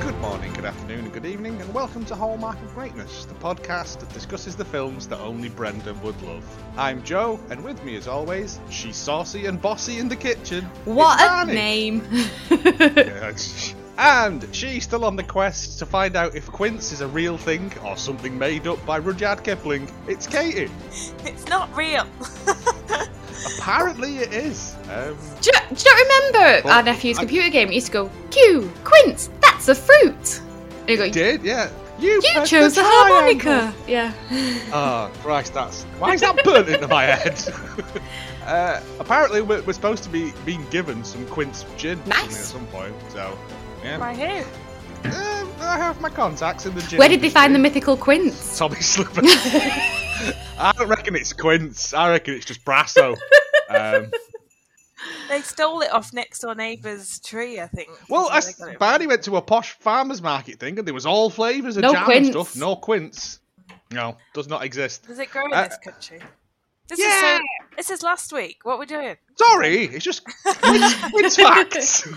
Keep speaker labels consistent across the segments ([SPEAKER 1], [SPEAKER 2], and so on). [SPEAKER 1] Good morning, good afternoon, and good evening, and welcome to Hallmark of Greatness, the podcast that discusses the films that only Brendan would love. I'm Joe, and with me, as always, she's saucy and bossy in the kitchen.
[SPEAKER 2] What
[SPEAKER 1] it's
[SPEAKER 2] a
[SPEAKER 1] Marnie.
[SPEAKER 2] name!
[SPEAKER 1] Yes. And she's still on the quest to find out if quince is a real thing or something made up by Rudyard Kipling. It's Katie.
[SPEAKER 3] It's not real.
[SPEAKER 1] Apparently, it is. Um,
[SPEAKER 2] do, you, do you remember
[SPEAKER 1] Well,
[SPEAKER 2] our nephew's
[SPEAKER 1] I-
[SPEAKER 2] computer game? It used to go, Q, quince, that's a fruit! And you go,
[SPEAKER 1] did yeah. You,
[SPEAKER 2] you
[SPEAKER 1] pressed
[SPEAKER 2] chose
[SPEAKER 1] the
[SPEAKER 2] a
[SPEAKER 1] triangle.
[SPEAKER 2] harmonica! Yeah.
[SPEAKER 1] Oh, Christ, that's. Why is that burnt into my head? uh, apparently, we're, we're supposed to be being given some quince gin
[SPEAKER 2] Nice.
[SPEAKER 1] at some point, so. Yeah.
[SPEAKER 3] By who?
[SPEAKER 1] Um, I have my contacts in the gin.
[SPEAKER 2] Where did they find the
[SPEAKER 1] industry.
[SPEAKER 2] mythical quince?
[SPEAKER 1] Tommy Slipper. I don't reckon it's quince. I reckon it's just Brasso. um,
[SPEAKER 3] They stole it off next door neighbour's tree, I think.
[SPEAKER 1] well,
[SPEAKER 3] So
[SPEAKER 1] I,
[SPEAKER 3] they
[SPEAKER 1] s-
[SPEAKER 3] got it.
[SPEAKER 1] Barney went to a posh farmer's market thing and there was all flavours of
[SPEAKER 2] No
[SPEAKER 1] jam
[SPEAKER 2] quince.
[SPEAKER 1] and stuff. No quince. No, does not exist.
[SPEAKER 3] Does it grow in
[SPEAKER 1] uh,
[SPEAKER 3] this country? This is
[SPEAKER 1] yeah.
[SPEAKER 3] so, this is last week. What we're doing?
[SPEAKER 1] Sorry, it's just it's facts.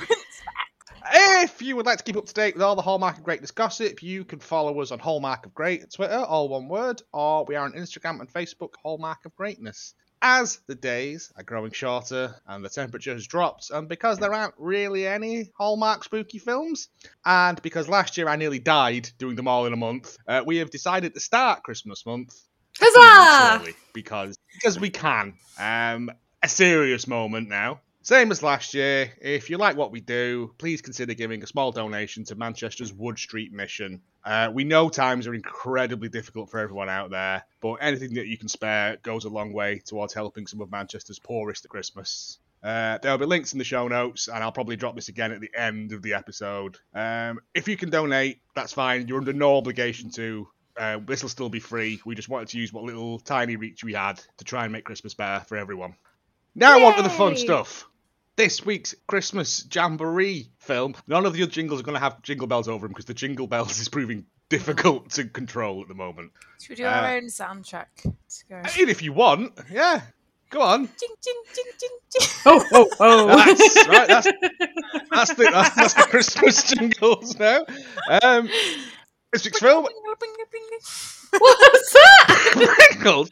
[SPEAKER 1] If you would like to keep up to date with all the Hallmark of Greatness gossip, you can follow us on Hallmark of Great on Twitter, all one word, or we are on Instagram and Facebook, Hallmark of Greatness. As the days are growing shorter and the temperature has dropped, and because there aren't really any Hallmark spooky films, and because last year I nearly died doing them all in a month, uh, we have decided to start Christmas month
[SPEAKER 2] Huzzah!
[SPEAKER 1] Early, because because we can. Um, a serious moment now. Same as last year. If you like what we do, please consider giving a small donation to Manchester's Wood Street Mission. Uh, we know times are incredibly difficult for everyone out there, but anything that you can spare goes a long way towards helping some of Manchester's poorest at Christmas. Uh, there will be links in the show notes, and I'll probably drop this again at the end of the episode. Um, if you can donate, that's fine. You're under no obligation to. Uh, this will still be free. We just wanted to use what little tiny reach we had to try and make Christmas better for everyone. Now on to the fun
[SPEAKER 2] Yay!
[SPEAKER 1] stuff. This week's Christmas Jamboree film. None of the other jingles are going to have jingle bells over them because the jingle bells is proving difficult to control at the moment.
[SPEAKER 3] Should we do our
[SPEAKER 1] Uh,
[SPEAKER 3] own soundtrack? Let's go.
[SPEAKER 1] I mean, if you want, yeah, go on.
[SPEAKER 3] Ding, ding, ding, ding, ding.
[SPEAKER 2] Oh, oh, oh.
[SPEAKER 1] That's right. That's that's the that's, that's the Christmas jingles now. Um, this week's film
[SPEAKER 3] Bing, bing, bing, bing, bing.
[SPEAKER 2] What's that?
[SPEAKER 1] Pringles.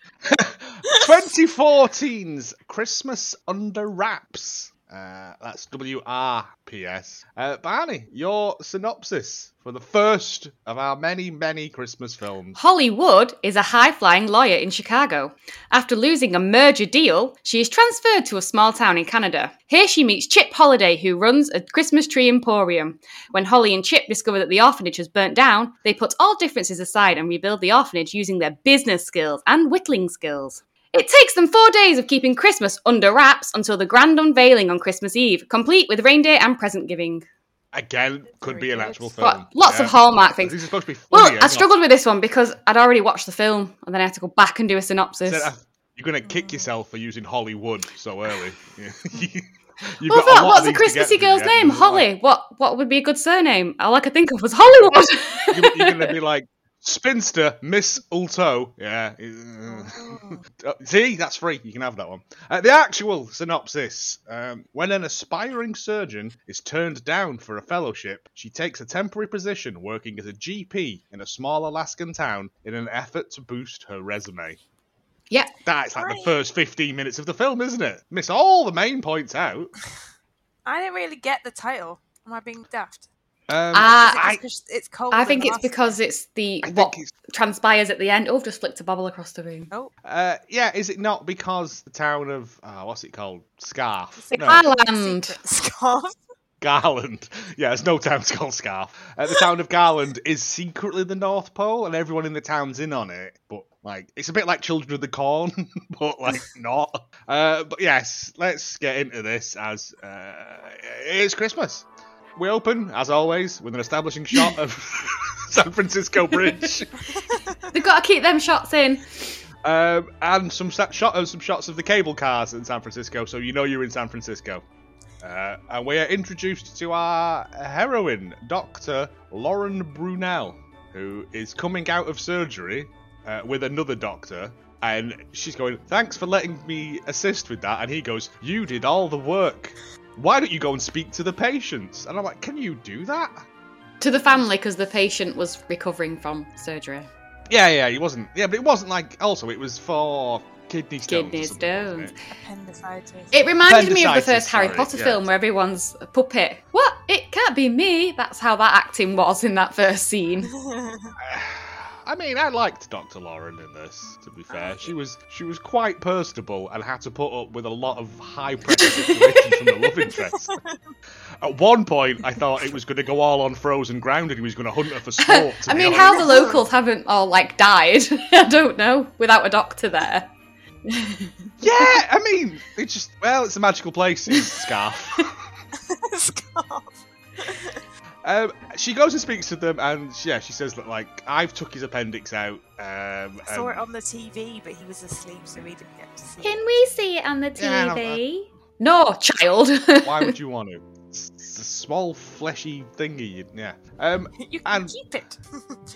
[SPEAKER 1] 2014's Christmas Under Wraps. Uh, that's W R P S. Uh, Barney, your synopsis for the first of our many, many Christmas films.
[SPEAKER 2] Holly Wood is a high flying lawyer in Chicago. After losing a merger deal, she is transferred to a small town in Canada. Here she meets Chip Holiday, who runs a Christmas tree emporium. When Holly and Chip discover that the orphanage has burnt down, they put all differences aside and rebuild the orphanage using their business skills and whittling skills. It takes them four days of keeping Christmas under wraps until the grand unveiling on Christmas Eve, complete with reindeer and present giving.
[SPEAKER 1] Again, could be an actual film.
[SPEAKER 2] But lots of
[SPEAKER 1] Yeah.
[SPEAKER 2] Hallmark things.
[SPEAKER 1] These are supposed to be
[SPEAKER 2] Well,
[SPEAKER 1] funny,
[SPEAKER 2] I
[SPEAKER 1] not-
[SPEAKER 2] struggled with this one because I'd already watched the film and then I had to go back and do a synopsis.
[SPEAKER 1] Said, uh, You're gonna
[SPEAKER 2] Mm.
[SPEAKER 1] kick yourself for using Hollywood so early. Yeah. You've
[SPEAKER 2] Well,
[SPEAKER 1] got
[SPEAKER 2] what,
[SPEAKER 1] lot
[SPEAKER 2] what's
[SPEAKER 1] of
[SPEAKER 2] a
[SPEAKER 1] these to
[SPEAKER 2] Christmassy
[SPEAKER 1] get through,
[SPEAKER 2] girl's
[SPEAKER 1] yeah.
[SPEAKER 2] name?
[SPEAKER 1] You're
[SPEAKER 2] Holly. What what would be a good surname? All I could think of was Hollywood.
[SPEAKER 1] like- You're, you're gonna be like spinster Miss Ulto. Yeah.
[SPEAKER 2] Oh,
[SPEAKER 1] Uh, See, that's free. You can have that one. Uh, the actual synopsis: um, When an aspiring surgeon is turned down for a fellowship, she takes a temporary position working as a GP in a small Alaskan town in an effort to boost her resume.
[SPEAKER 2] yeah.
[SPEAKER 1] That's like the
[SPEAKER 3] Right.
[SPEAKER 1] first 15 minutes of the film, isn't it? Miss all the main points out.
[SPEAKER 3] I didn't really get the title. Am I being daft?
[SPEAKER 1] Um,
[SPEAKER 2] Uh,
[SPEAKER 3] Is it
[SPEAKER 1] I-
[SPEAKER 3] just 'cause it's cold.
[SPEAKER 2] I
[SPEAKER 3] and
[SPEAKER 2] think it's
[SPEAKER 3] last-
[SPEAKER 2] because it's the
[SPEAKER 1] I
[SPEAKER 2] what
[SPEAKER 1] think it's-
[SPEAKER 2] transpires at the end. Oh, I've just flicked a bobble across the room.
[SPEAKER 3] Oh,
[SPEAKER 1] uh, yeah, is it not because the town of oh, what's it called? Scarf.
[SPEAKER 3] It's
[SPEAKER 1] No,
[SPEAKER 2] Scarf. Ireland.
[SPEAKER 3] secret scarf.
[SPEAKER 1] Garland. Yeah, there's no town's called Scarf. Uh, the town of Garland is secretly the North Pole, and everyone in the town's in on it. But like, it's a bit like Children of the Corn, but like not. Uh, but yes, let's get into this as uh, it's Christmas. We open, as always, with an establishing shot of San Francisco Bridge.
[SPEAKER 2] They've got to keep them shots in.
[SPEAKER 1] um, and some sa- shot uh, some shots of the cable cars in San Francisco, so you know you're in San Francisco. Uh, and we are introduced to our heroine, Doctor Lauren Brunel, who is coming out of surgery uh, with another doctor, and she's going, "Thanks for letting me assist with that." And he goes, "You did all the work. Why don't you go and speak to the patients?" And I'm like, "Can you do that?"
[SPEAKER 2] To the family because the patient was recovering from surgery.
[SPEAKER 1] Yeah, yeah, he wasn't. Yeah, but it wasn't like. Also, it was for kidney stones. or
[SPEAKER 2] Kidney
[SPEAKER 1] something, wasn't
[SPEAKER 2] stones.
[SPEAKER 1] it?
[SPEAKER 3] Appendicitis.
[SPEAKER 2] It reminded me of the
[SPEAKER 1] Appendicitis,
[SPEAKER 2] first Harry
[SPEAKER 1] sorry,
[SPEAKER 2] Potter
[SPEAKER 1] yeah.
[SPEAKER 2] film where everyone's a puppet. What? It can't be me. That's how that acting was in that first scene.
[SPEAKER 1] I mean, I liked Dr. Lauren in this. To be
[SPEAKER 2] Ah,
[SPEAKER 1] fair, she was she was quite personable and had to put up with a lot of high pressure situations from the love interest. At one point, I thought it was going to go all on frozen ground and he was going to hunt her for sport. to
[SPEAKER 2] I
[SPEAKER 1] be
[SPEAKER 2] mean,
[SPEAKER 1] honest.
[SPEAKER 2] how the locals haven't all like died, I don't know, without a doctor there.
[SPEAKER 1] Yeah, I mean, it's just well, it's a magical place. It's scarf.
[SPEAKER 3] Scarf.
[SPEAKER 1] Um, she goes and speaks to them, and yeah, she says that like I've took his appendix out. Um,
[SPEAKER 3] I saw
[SPEAKER 1] and-
[SPEAKER 3] it on the TV, but he was asleep, so we didn't get to see it.
[SPEAKER 2] Can we see it on the
[SPEAKER 1] Yeah, I don't-
[SPEAKER 2] TV? No, child.
[SPEAKER 1] Why would you want to? It's it's a small fleshy thingy. you- Yeah. Um,
[SPEAKER 3] You can
[SPEAKER 1] And-
[SPEAKER 3] keep it.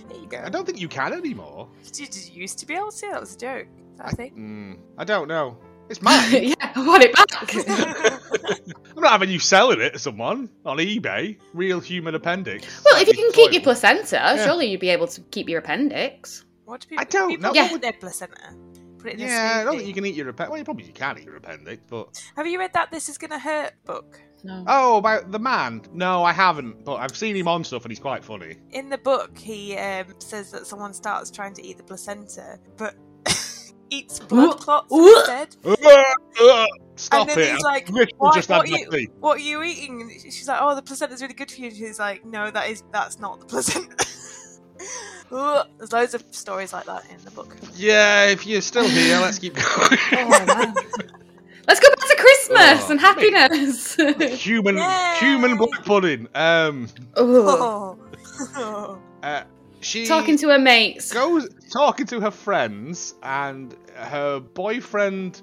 [SPEAKER 3] there you
[SPEAKER 1] I
[SPEAKER 3] go.
[SPEAKER 1] don't think you can anymore.
[SPEAKER 3] You just used to be able to. That was a joke. I think.
[SPEAKER 1] Mm, I don't know. It's mine.
[SPEAKER 2] yeah, I want it back.
[SPEAKER 1] I'm not having you selling it to someone on eBay. Real human appendix.
[SPEAKER 2] well, if you
[SPEAKER 1] It's
[SPEAKER 2] can keep your
[SPEAKER 1] soil.
[SPEAKER 2] placenta,
[SPEAKER 1] Yeah.
[SPEAKER 2] surely you'd be able to keep your appendix.
[SPEAKER 3] what do people?
[SPEAKER 1] I don't
[SPEAKER 3] people
[SPEAKER 1] know.
[SPEAKER 3] do
[SPEAKER 2] Yeah.
[SPEAKER 3] with their placenta? Put it in
[SPEAKER 1] Yeah, I
[SPEAKER 3] a
[SPEAKER 1] don't
[SPEAKER 3] smoothie.
[SPEAKER 1] think you can eat your appendix. Well, you probably can eat your appendix, but
[SPEAKER 3] Have you read that This Is Gonna Hurt book?
[SPEAKER 2] No.
[SPEAKER 1] oh, about the man. No, I haven't, but I've seen him on stuff, and he's quite funny.
[SPEAKER 3] In the book, he um, says that someone starts trying to eat the placenta, but eats blood clots
[SPEAKER 2] Ooh.
[SPEAKER 3] instead.
[SPEAKER 1] Stop
[SPEAKER 3] and then
[SPEAKER 1] it!
[SPEAKER 3] he's
[SPEAKER 1] I
[SPEAKER 3] like,
[SPEAKER 1] literally
[SPEAKER 3] "Why-
[SPEAKER 1] just
[SPEAKER 3] what
[SPEAKER 1] had
[SPEAKER 3] are
[SPEAKER 1] my tea."
[SPEAKER 3] you, what are you eating? And She's like, oh, the placenta's really good for you. And she's like, no, that is that's not the placenta. Ugh. There's loads of stories like that in the book.
[SPEAKER 1] Yeah, if you're still here, let's keep going.
[SPEAKER 2] Oh, wow. Let's go back to Christmas
[SPEAKER 1] Oh,
[SPEAKER 2] and
[SPEAKER 1] mate.
[SPEAKER 2] happiness.
[SPEAKER 1] human,
[SPEAKER 3] Yay!
[SPEAKER 1] human black pudding. Um,
[SPEAKER 2] Ooh.
[SPEAKER 3] Oh.
[SPEAKER 1] uh, she
[SPEAKER 2] Talking to her mates.
[SPEAKER 1] goes talking to her friends and her boyfriend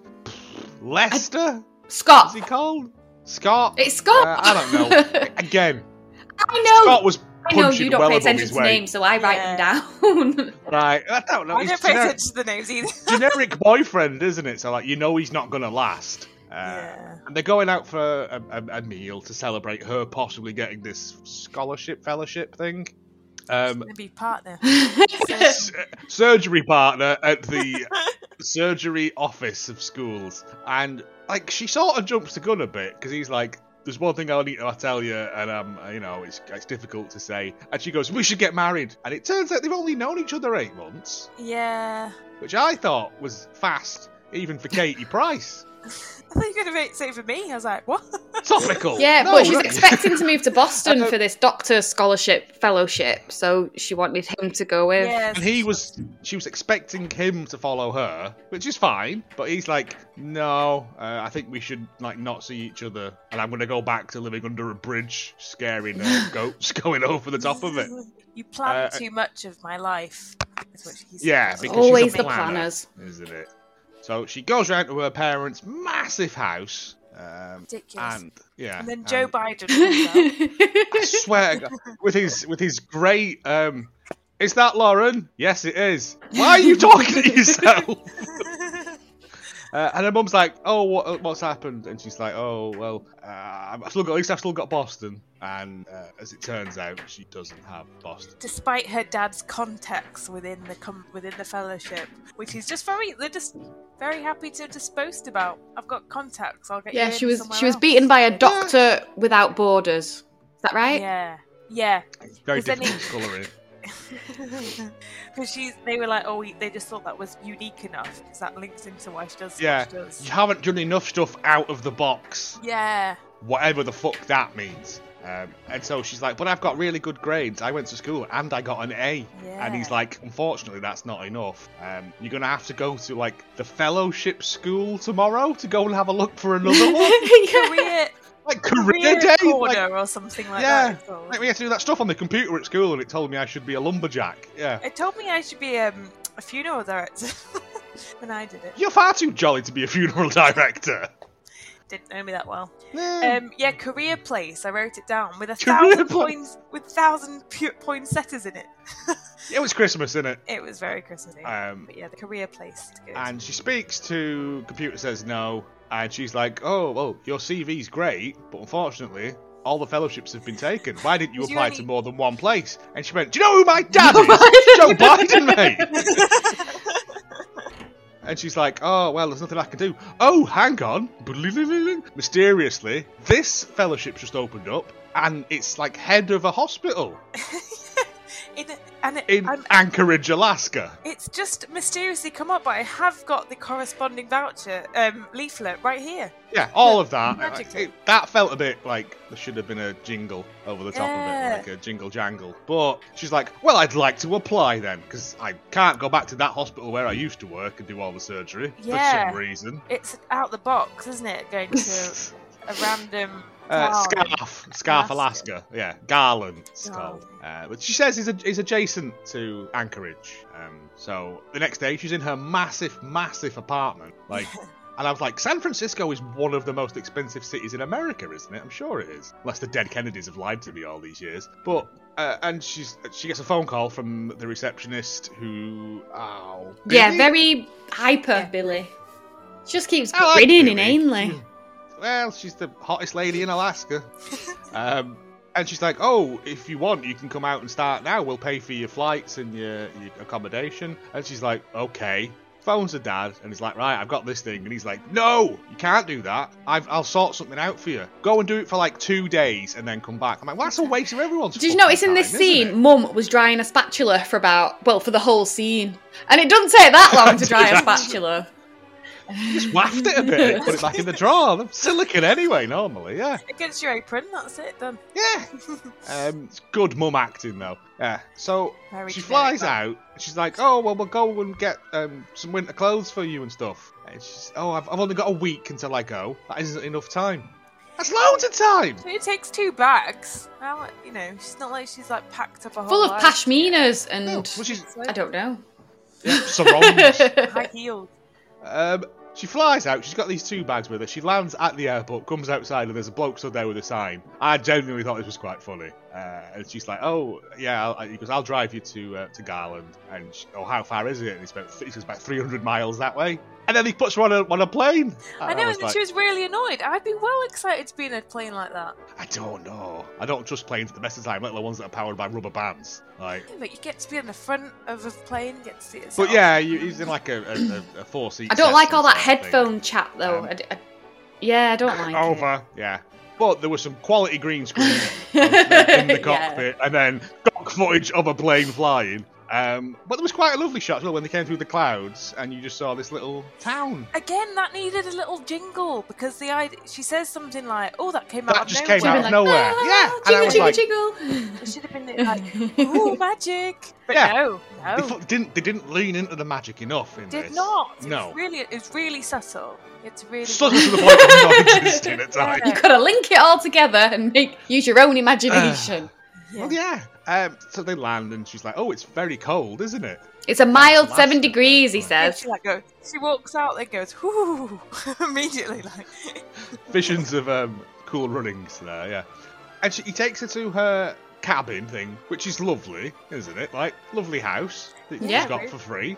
[SPEAKER 1] Lester. Is
[SPEAKER 2] Scott.
[SPEAKER 1] he called Scott?
[SPEAKER 2] It's Scott.
[SPEAKER 1] Uh, I don't know. Again,
[SPEAKER 2] I know.
[SPEAKER 1] Scott was
[SPEAKER 2] I know
[SPEAKER 1] punching
[SPEAKER 2] you don't
[SPEAKER 1] well
[SPEAKER 2] pay
[SPEAKER 1] above
[SPEAKER 2] attention
[SPEAKER 1] his
[SPEAKER 2] to
[SPEAKER 1] weight.
[SPEAKER 2] names, so I write
[SPEAKER 3] Yeah.
[SPEAKER 2] them down.
[SPEAKER 1] Right, I don't know.
[SPEAKER 3] I
[SPEAKER 1] He's
[SPEAKER 3] don't pay
[SPEAKER 1] gener-
[SPEAKER 3] attention to the names either.
[SPEAKER 1] generic boyfriend, isn't it? So like, you know, he's not gonna last. Uh,
[SPEAKER 3] yeah.
[SPEAKER 1] And they're going out for a, a, a meal to celebrate her possibly getting this scholarship fellowship thing. Um,
[SPEAKER 3] Gonna be partner.
[SPEAKER 1] s- surgery partner at the surgery office of schools, and like she sort of jumps the gun a bit because he's like, "There's one thing I need to tell you," and um, you know, it's it's difficult to say. And she goes, "We should get married," and it turns out they've only known each other eight months,
[SPEAKER 3] yeah.
[SPEAKER 1] which I thought was fast, even for Katie Price.
[SPEAKER 3] I thought you were gonna make say for me. I was like, what?
[SPEAKER 1] Topical.
[SPEAKER 2] yeah,
[SPEAKER 1] No,
[SPEAKER 2] but she's
[SPEAKER 1] that-
[SPEAKER 2] expecting to move to Boston
[SPEAKER 1] don't-
[SPEAKER 2] for this doctor scholarship fellowship, so she wanted him to go with.
[SPEAKER 3] Yes.
[SPEAKER 1] And he was, she was expecting him to follow her, which is fine. But he's like, no, uh, I think we should like not see each other, and I'm gonna go back to living under a bridge, scaring uh, goats going over the top of it.
[SPEAKER 3] You plan
[SPEAKER 1] Uh,
[SPEAKER 3] too much of my life. is what she said.
[SPEAKER 1] Yeah, because
[SPEAKER 2] Always
[SPEAKER 1] she's a
[SPEAKER 2] the
[SPEAKER 1] planner,
[SPEAKER 2] planners.
[SPEAKER 1] isn't it? So she goes round to her parents' massive house, um,
[SPEAKER 3] ridiculous.
[SPEAKER 1] and yeah,
[SPEAKER 3] and then Joe
[SPEAKER 1] and-
[SPEAKER 3] Biden comes out.
[SPEAKER 1] I swear, to God, with his with his great. Um, is that Lauren? Yes, it is. Why are you talking to yourself? Uh, and her mum's like, "Oh, what, what's happened?" And she's like, "Oh, well, uh, I've still got, at least I've still got Boston." And uh, as it turns out, she doesn't have Boston.
[SPEAKER 3] Despite her dad's contacts within the com- within the fellowship, which is just very they're just very happy to just boast about. I've got contacts. I'll get you
[SPEAKER 2] yeah,
[SPEAKER 3] in
[SPEAKER 2] she was
[SPEAKER 3] somewhere
[SPEAKER 2] she was
[SPEAKER 3] else."
[SPEAKER 2] beaten by a
[SPEAKER 3] Yeah.
[SPEAKER 2] doctor without borders. Is that right?
[SPEAKER 3] Yeah, yeah.
[SPEAKER 1] It's very
[SPEAKER 3] Is there any-
[SPEAKER 1] difficult colouring.
[SPEAKER 3] Because she's they were like, oh, we- they just thought that was unique enough because that links into why she does.
[SPEAKER 1] Yeah.
[SPEAKER 3] what she does.
[SPEAKER 1] You haven't done enough stuff out of the box,
[SPEAKER 3] yeah.
[SPEAKER 1] whatever the fuck that means. Um, and so she's like, "But I've got really good grades. I went to school and I got an A."
[SPEAKER 3] Yeah.
[SPEAKER 1] And he's like, "Unfortunately, that's not enough. Um, you're gonna have to go to like the fellowship school tomorrow to go and have a look for another one,
[SPEAKER 3] career,
[SPEAKER 1] like
[SPEAKER 3] career
[SPEAKER 1] career day, like,
[SPEAKER 3] corner or something like
[SPEAKER 1] Yeah.
[SPEAKER 3] that. it's called.
[SPEAKER 1] Like, we had to do that stuff on the computer at school, and it told me I should be a lumberjack. Yeah.
[SPEAKER 3] It told me I should be um, a funeral director. when I did it.
[SPEAKER 1] You're far too jolly to be a funeral director.
[SPEAKER 3] Didn't know me that well.
[SPEAKER 1] Eh,
[SPEAKER 3] Um, yeah, career place. I wrote it down with a
[SPEAKER 1] Career
[SPEAKER 3] thousand
[SPEAKER 1] place.
[SPEAKER 3] points with thousand pu- poinsettias in it.
[SPEAKER 1] it was Christmas, innit?
[SPEAKER 3] It was very Christmassy.
[SPEAKER 1] Um,
[SPEAKER 3] but yeah, the career place. is Good.
[SPEAKER 1] and she speaks to computer says no, and she's like, "Oh, well, your CV's great, but unfortunately." All the fellowships have been taken. Why didn't you
[SPEAKER 3] Did you
[SPEAKER 1] apply
[SPEAKER 3] only-
[SPEAKER 1] to more than one place? And she went, Do you know who my dad is? Joe Biden, mate. And she's like, Oh, well, there's nothing I can do. Oh, hang on. Mysteriously, this fellowship just opened up, and it's like head of a hospital
[SPEAKER 3] in, and it,
[SPEAKER 1] in
[SPEAKER 3] I'm-
[SPEAKER 1] Anchorage, Alaska.
[SPEAKER 3] it's just mysteriously come up, but I have got the corresponding voucher um, leaflet right here.
[SPEAKER 1] Yeah, all of that.
[SPEAKER 3] Magically.
[SPEAKER 1] It- that felt a bit like there should have been a jingle over the top
[SPEAKER 3] Yeah.
[SPEAKER 1] of it, like a jingle jangle. But she's like, well, I'd like to apply then, because I can't go back to that hospital where I used to work and do all the surgery
[SPEAKER 3] Yeah.
[SPEAKER 1] for some reason.
[SPEAKER 3] It's out the box, isn't it? Going to a random.
[SPEAKER 1] Uh,
[SPEAKER 3] town.
[SPEAKER 1] scarf, scarf, Alaska.
[SPEAKER 3] Alaska.
[SPEAKER 1] Yeah, Garland. It's
[SPEAKER 3] Garland.
[SPEAKER 1] called. Uh, but she says is a, is adjacent to Anchorage. Um, so the next day, she's in her massive, massive apartment. Like, and I was like, San Francisco is one of the most expensive cities in America, isn't it? I'm sure it is. Unless the dead Kennedys have lied to me all these years. But uh, and she's she gets a phone call from the receptionist who, oh,
[SPEAKER 2] Yeah,
[SPEAKER 1] Billy?
[SPEAKER 2] very hyper.
[SPEAKER 4] Yeah, Billy. She just keeps
[SPEAKER 1] I like
[SPEAKER 2] grinning
[SPEAKER 1] Billy. Hmm.
[SPEAKER 2] inanely.
[SPEAKER 1] well, she's the hottest lady in Alaska. um, and she's like, oh, if you want, you can come out and start now. We'll pay for your flights and your, your accommodation. And she's like, okay. Phones her dad, and he's like, right, I've got this thing. And he's like, no, you can't do that. I've, I'll sort something out for you. Go and do it for like two days and then come back. I'm like, well, that's a waste of everyone's
[SPEAKER 2] Did you
[SPEAKER 1] fucking
[SPEAKER 2] notice in this
[SPEAKER 1] time, isn't
[SPEAKER 2] scene,
[SPEAKER 1] it?
[SPEAKER 2] Mum was drying a spatula for about, well, for the whole scene. And it doesn't take that long to dry a
[SPEAKER 1] Doesn't.
[SPEAKER 2] spatula.
[SPEAKER 1] Just waft it a bit and put it back in the drawer. Silicon anyway, normally, yeah.
[SPEAKER 3] Against your apron, that's it done.
[SPEAKER 1] Yeah. Um, it's good mum acting though. Yeah. So
[SPEAKER 3] Very
[SPEAKER 1] she
[SPEAKER 3] generic
[SPEAKER 1] flies
[SPEAKER 3] one.
[SPEAKER 1] out. and She's like, "Oh well, we'll go and get um, some winter clothes for you and stuff." And she's, "Oh, I've, I've only got a week until I go. That isn't enough time. That's loads of time."
[SPEAKER 3] But It takes two bags. Now, you know, she's not like she's like packed up a whole
[SPEAKER 2] Full of
[SPEAKER 3] life.
[SPEAKER 2] pashminas and,
[SPEAKER 1] No, well, she's
[SPEAKER 3] It's like
[SPEAKER 2] I don't know.
[SPEAKER 1] yeah, sarongs.
[SPEAKER 3] high heels.
[SPEAKER 1] Um, she flies out. She's got these two bags with her. She lands at the airport, comes outside, and there's a bloke stood there with a sign. I genuinely thought this was quite funny. Uh, and she's like, "Oh, yeah," I'll, I- he goes, "I'll drive you to uh, to Garland." And she, oh, how far is it? And it's about he says about 300 miles that way. And then he puts her on a on a plane.
[SPEAKER 3] I know,
[SPEAKER 1] was
[SPEAKER 3] and she was really annoyed. I'd be well excited to be in a plane like that.
[SPEAKER 1] I don't know. I don't trust planes at the best of time, let alone ones that are powered by rubber bands. Like,
[SPEAKER 3] Yeah, but you get to be on the front of a plane, get to see it.
[SPEAKER 1] but yeah, you, he's in like a, a, a, a four seat.
[SPEAKER 2] I don't like all that headphone chat though.
[SPEAKER 1] Um, Oh,
[SPEAKER 2] I d- I- yeah, I don't like it.
[SPEAKER 1] Over. Yeah. But there was some quality green screen of them uh, in the
[SPEAKER 2] Yeah.
[SPEAKER 1] cockpit, and then cock footage of a plane flying. Um, but there was quite a lovely shot as well when they came through the clouds, and you just saw this little town.
[SPEAKER 3] Again, that needed a little jingle because the idea, she says something like, "Oh, that came out
[SPEAKER 1] That
[SPEAKER 3] of
[SPEAKER 1] just
[SPEAKER 3] nowhere."
[SPEAKER 1] came out of
[SPEAKER 2] Like, "Ah,
[SPEAKER 1] nowhere. Yeah, and I
[SPEAKER 2] Jingle,
[SPEAKER 1] was
[SPEAKER 2] jingle,
[SPEAKER 1] like,
[SPEAKER 2] jingle.
[SPEAKER 3] It should have been like, "Ooh, magic!" But
[SPEAKER 1] Yeah.
[SPEAKER 3] no,
[SPEAKER 1] they,
[SPEAKER 3] no,
[SPEAKER 1] fu- didn't they didn't lean into the magic enough in
[SPEAKER 3] Oh. did
[SPEAKER 1] this?
[SPEAKER 3] not.
[SPEAKER 1] No.
[SPEAKER 3] it's really, it's really subtle. It's really
[SPEAKER 1] Sudden to the point of not existing at times.
[SPEAKER 2] you gotta link it all together and make use your own imagination.
[SPEAKER 3] Yeah.
[SPEAKER 1] Well, yeah. Um, so they land, and she's like, "Oh, it's very cold, isn't it?"
[SPEAKER 2] it's a mild
[SPEAKER 1] Last
[SPEAKER 2] seven
[SPEAKER 1] of
[SPEAKER 2] degrees, he
[SPEAKER 1] that.
[SPEAKER 3] Yeah,
[SPEAKER 2] says.
[SPEAKER 3] she like goes. She walks out and goes, "Whoo!" immediately, like
[SPEAKER 1] visions of um, cool runnings there, yeah. And she, he takes her to her cabin thing, which is lovely, isn't it? Like lovely house that
[SPEAKER 2] Yeah.
[SPEAKER 1] she's got for free.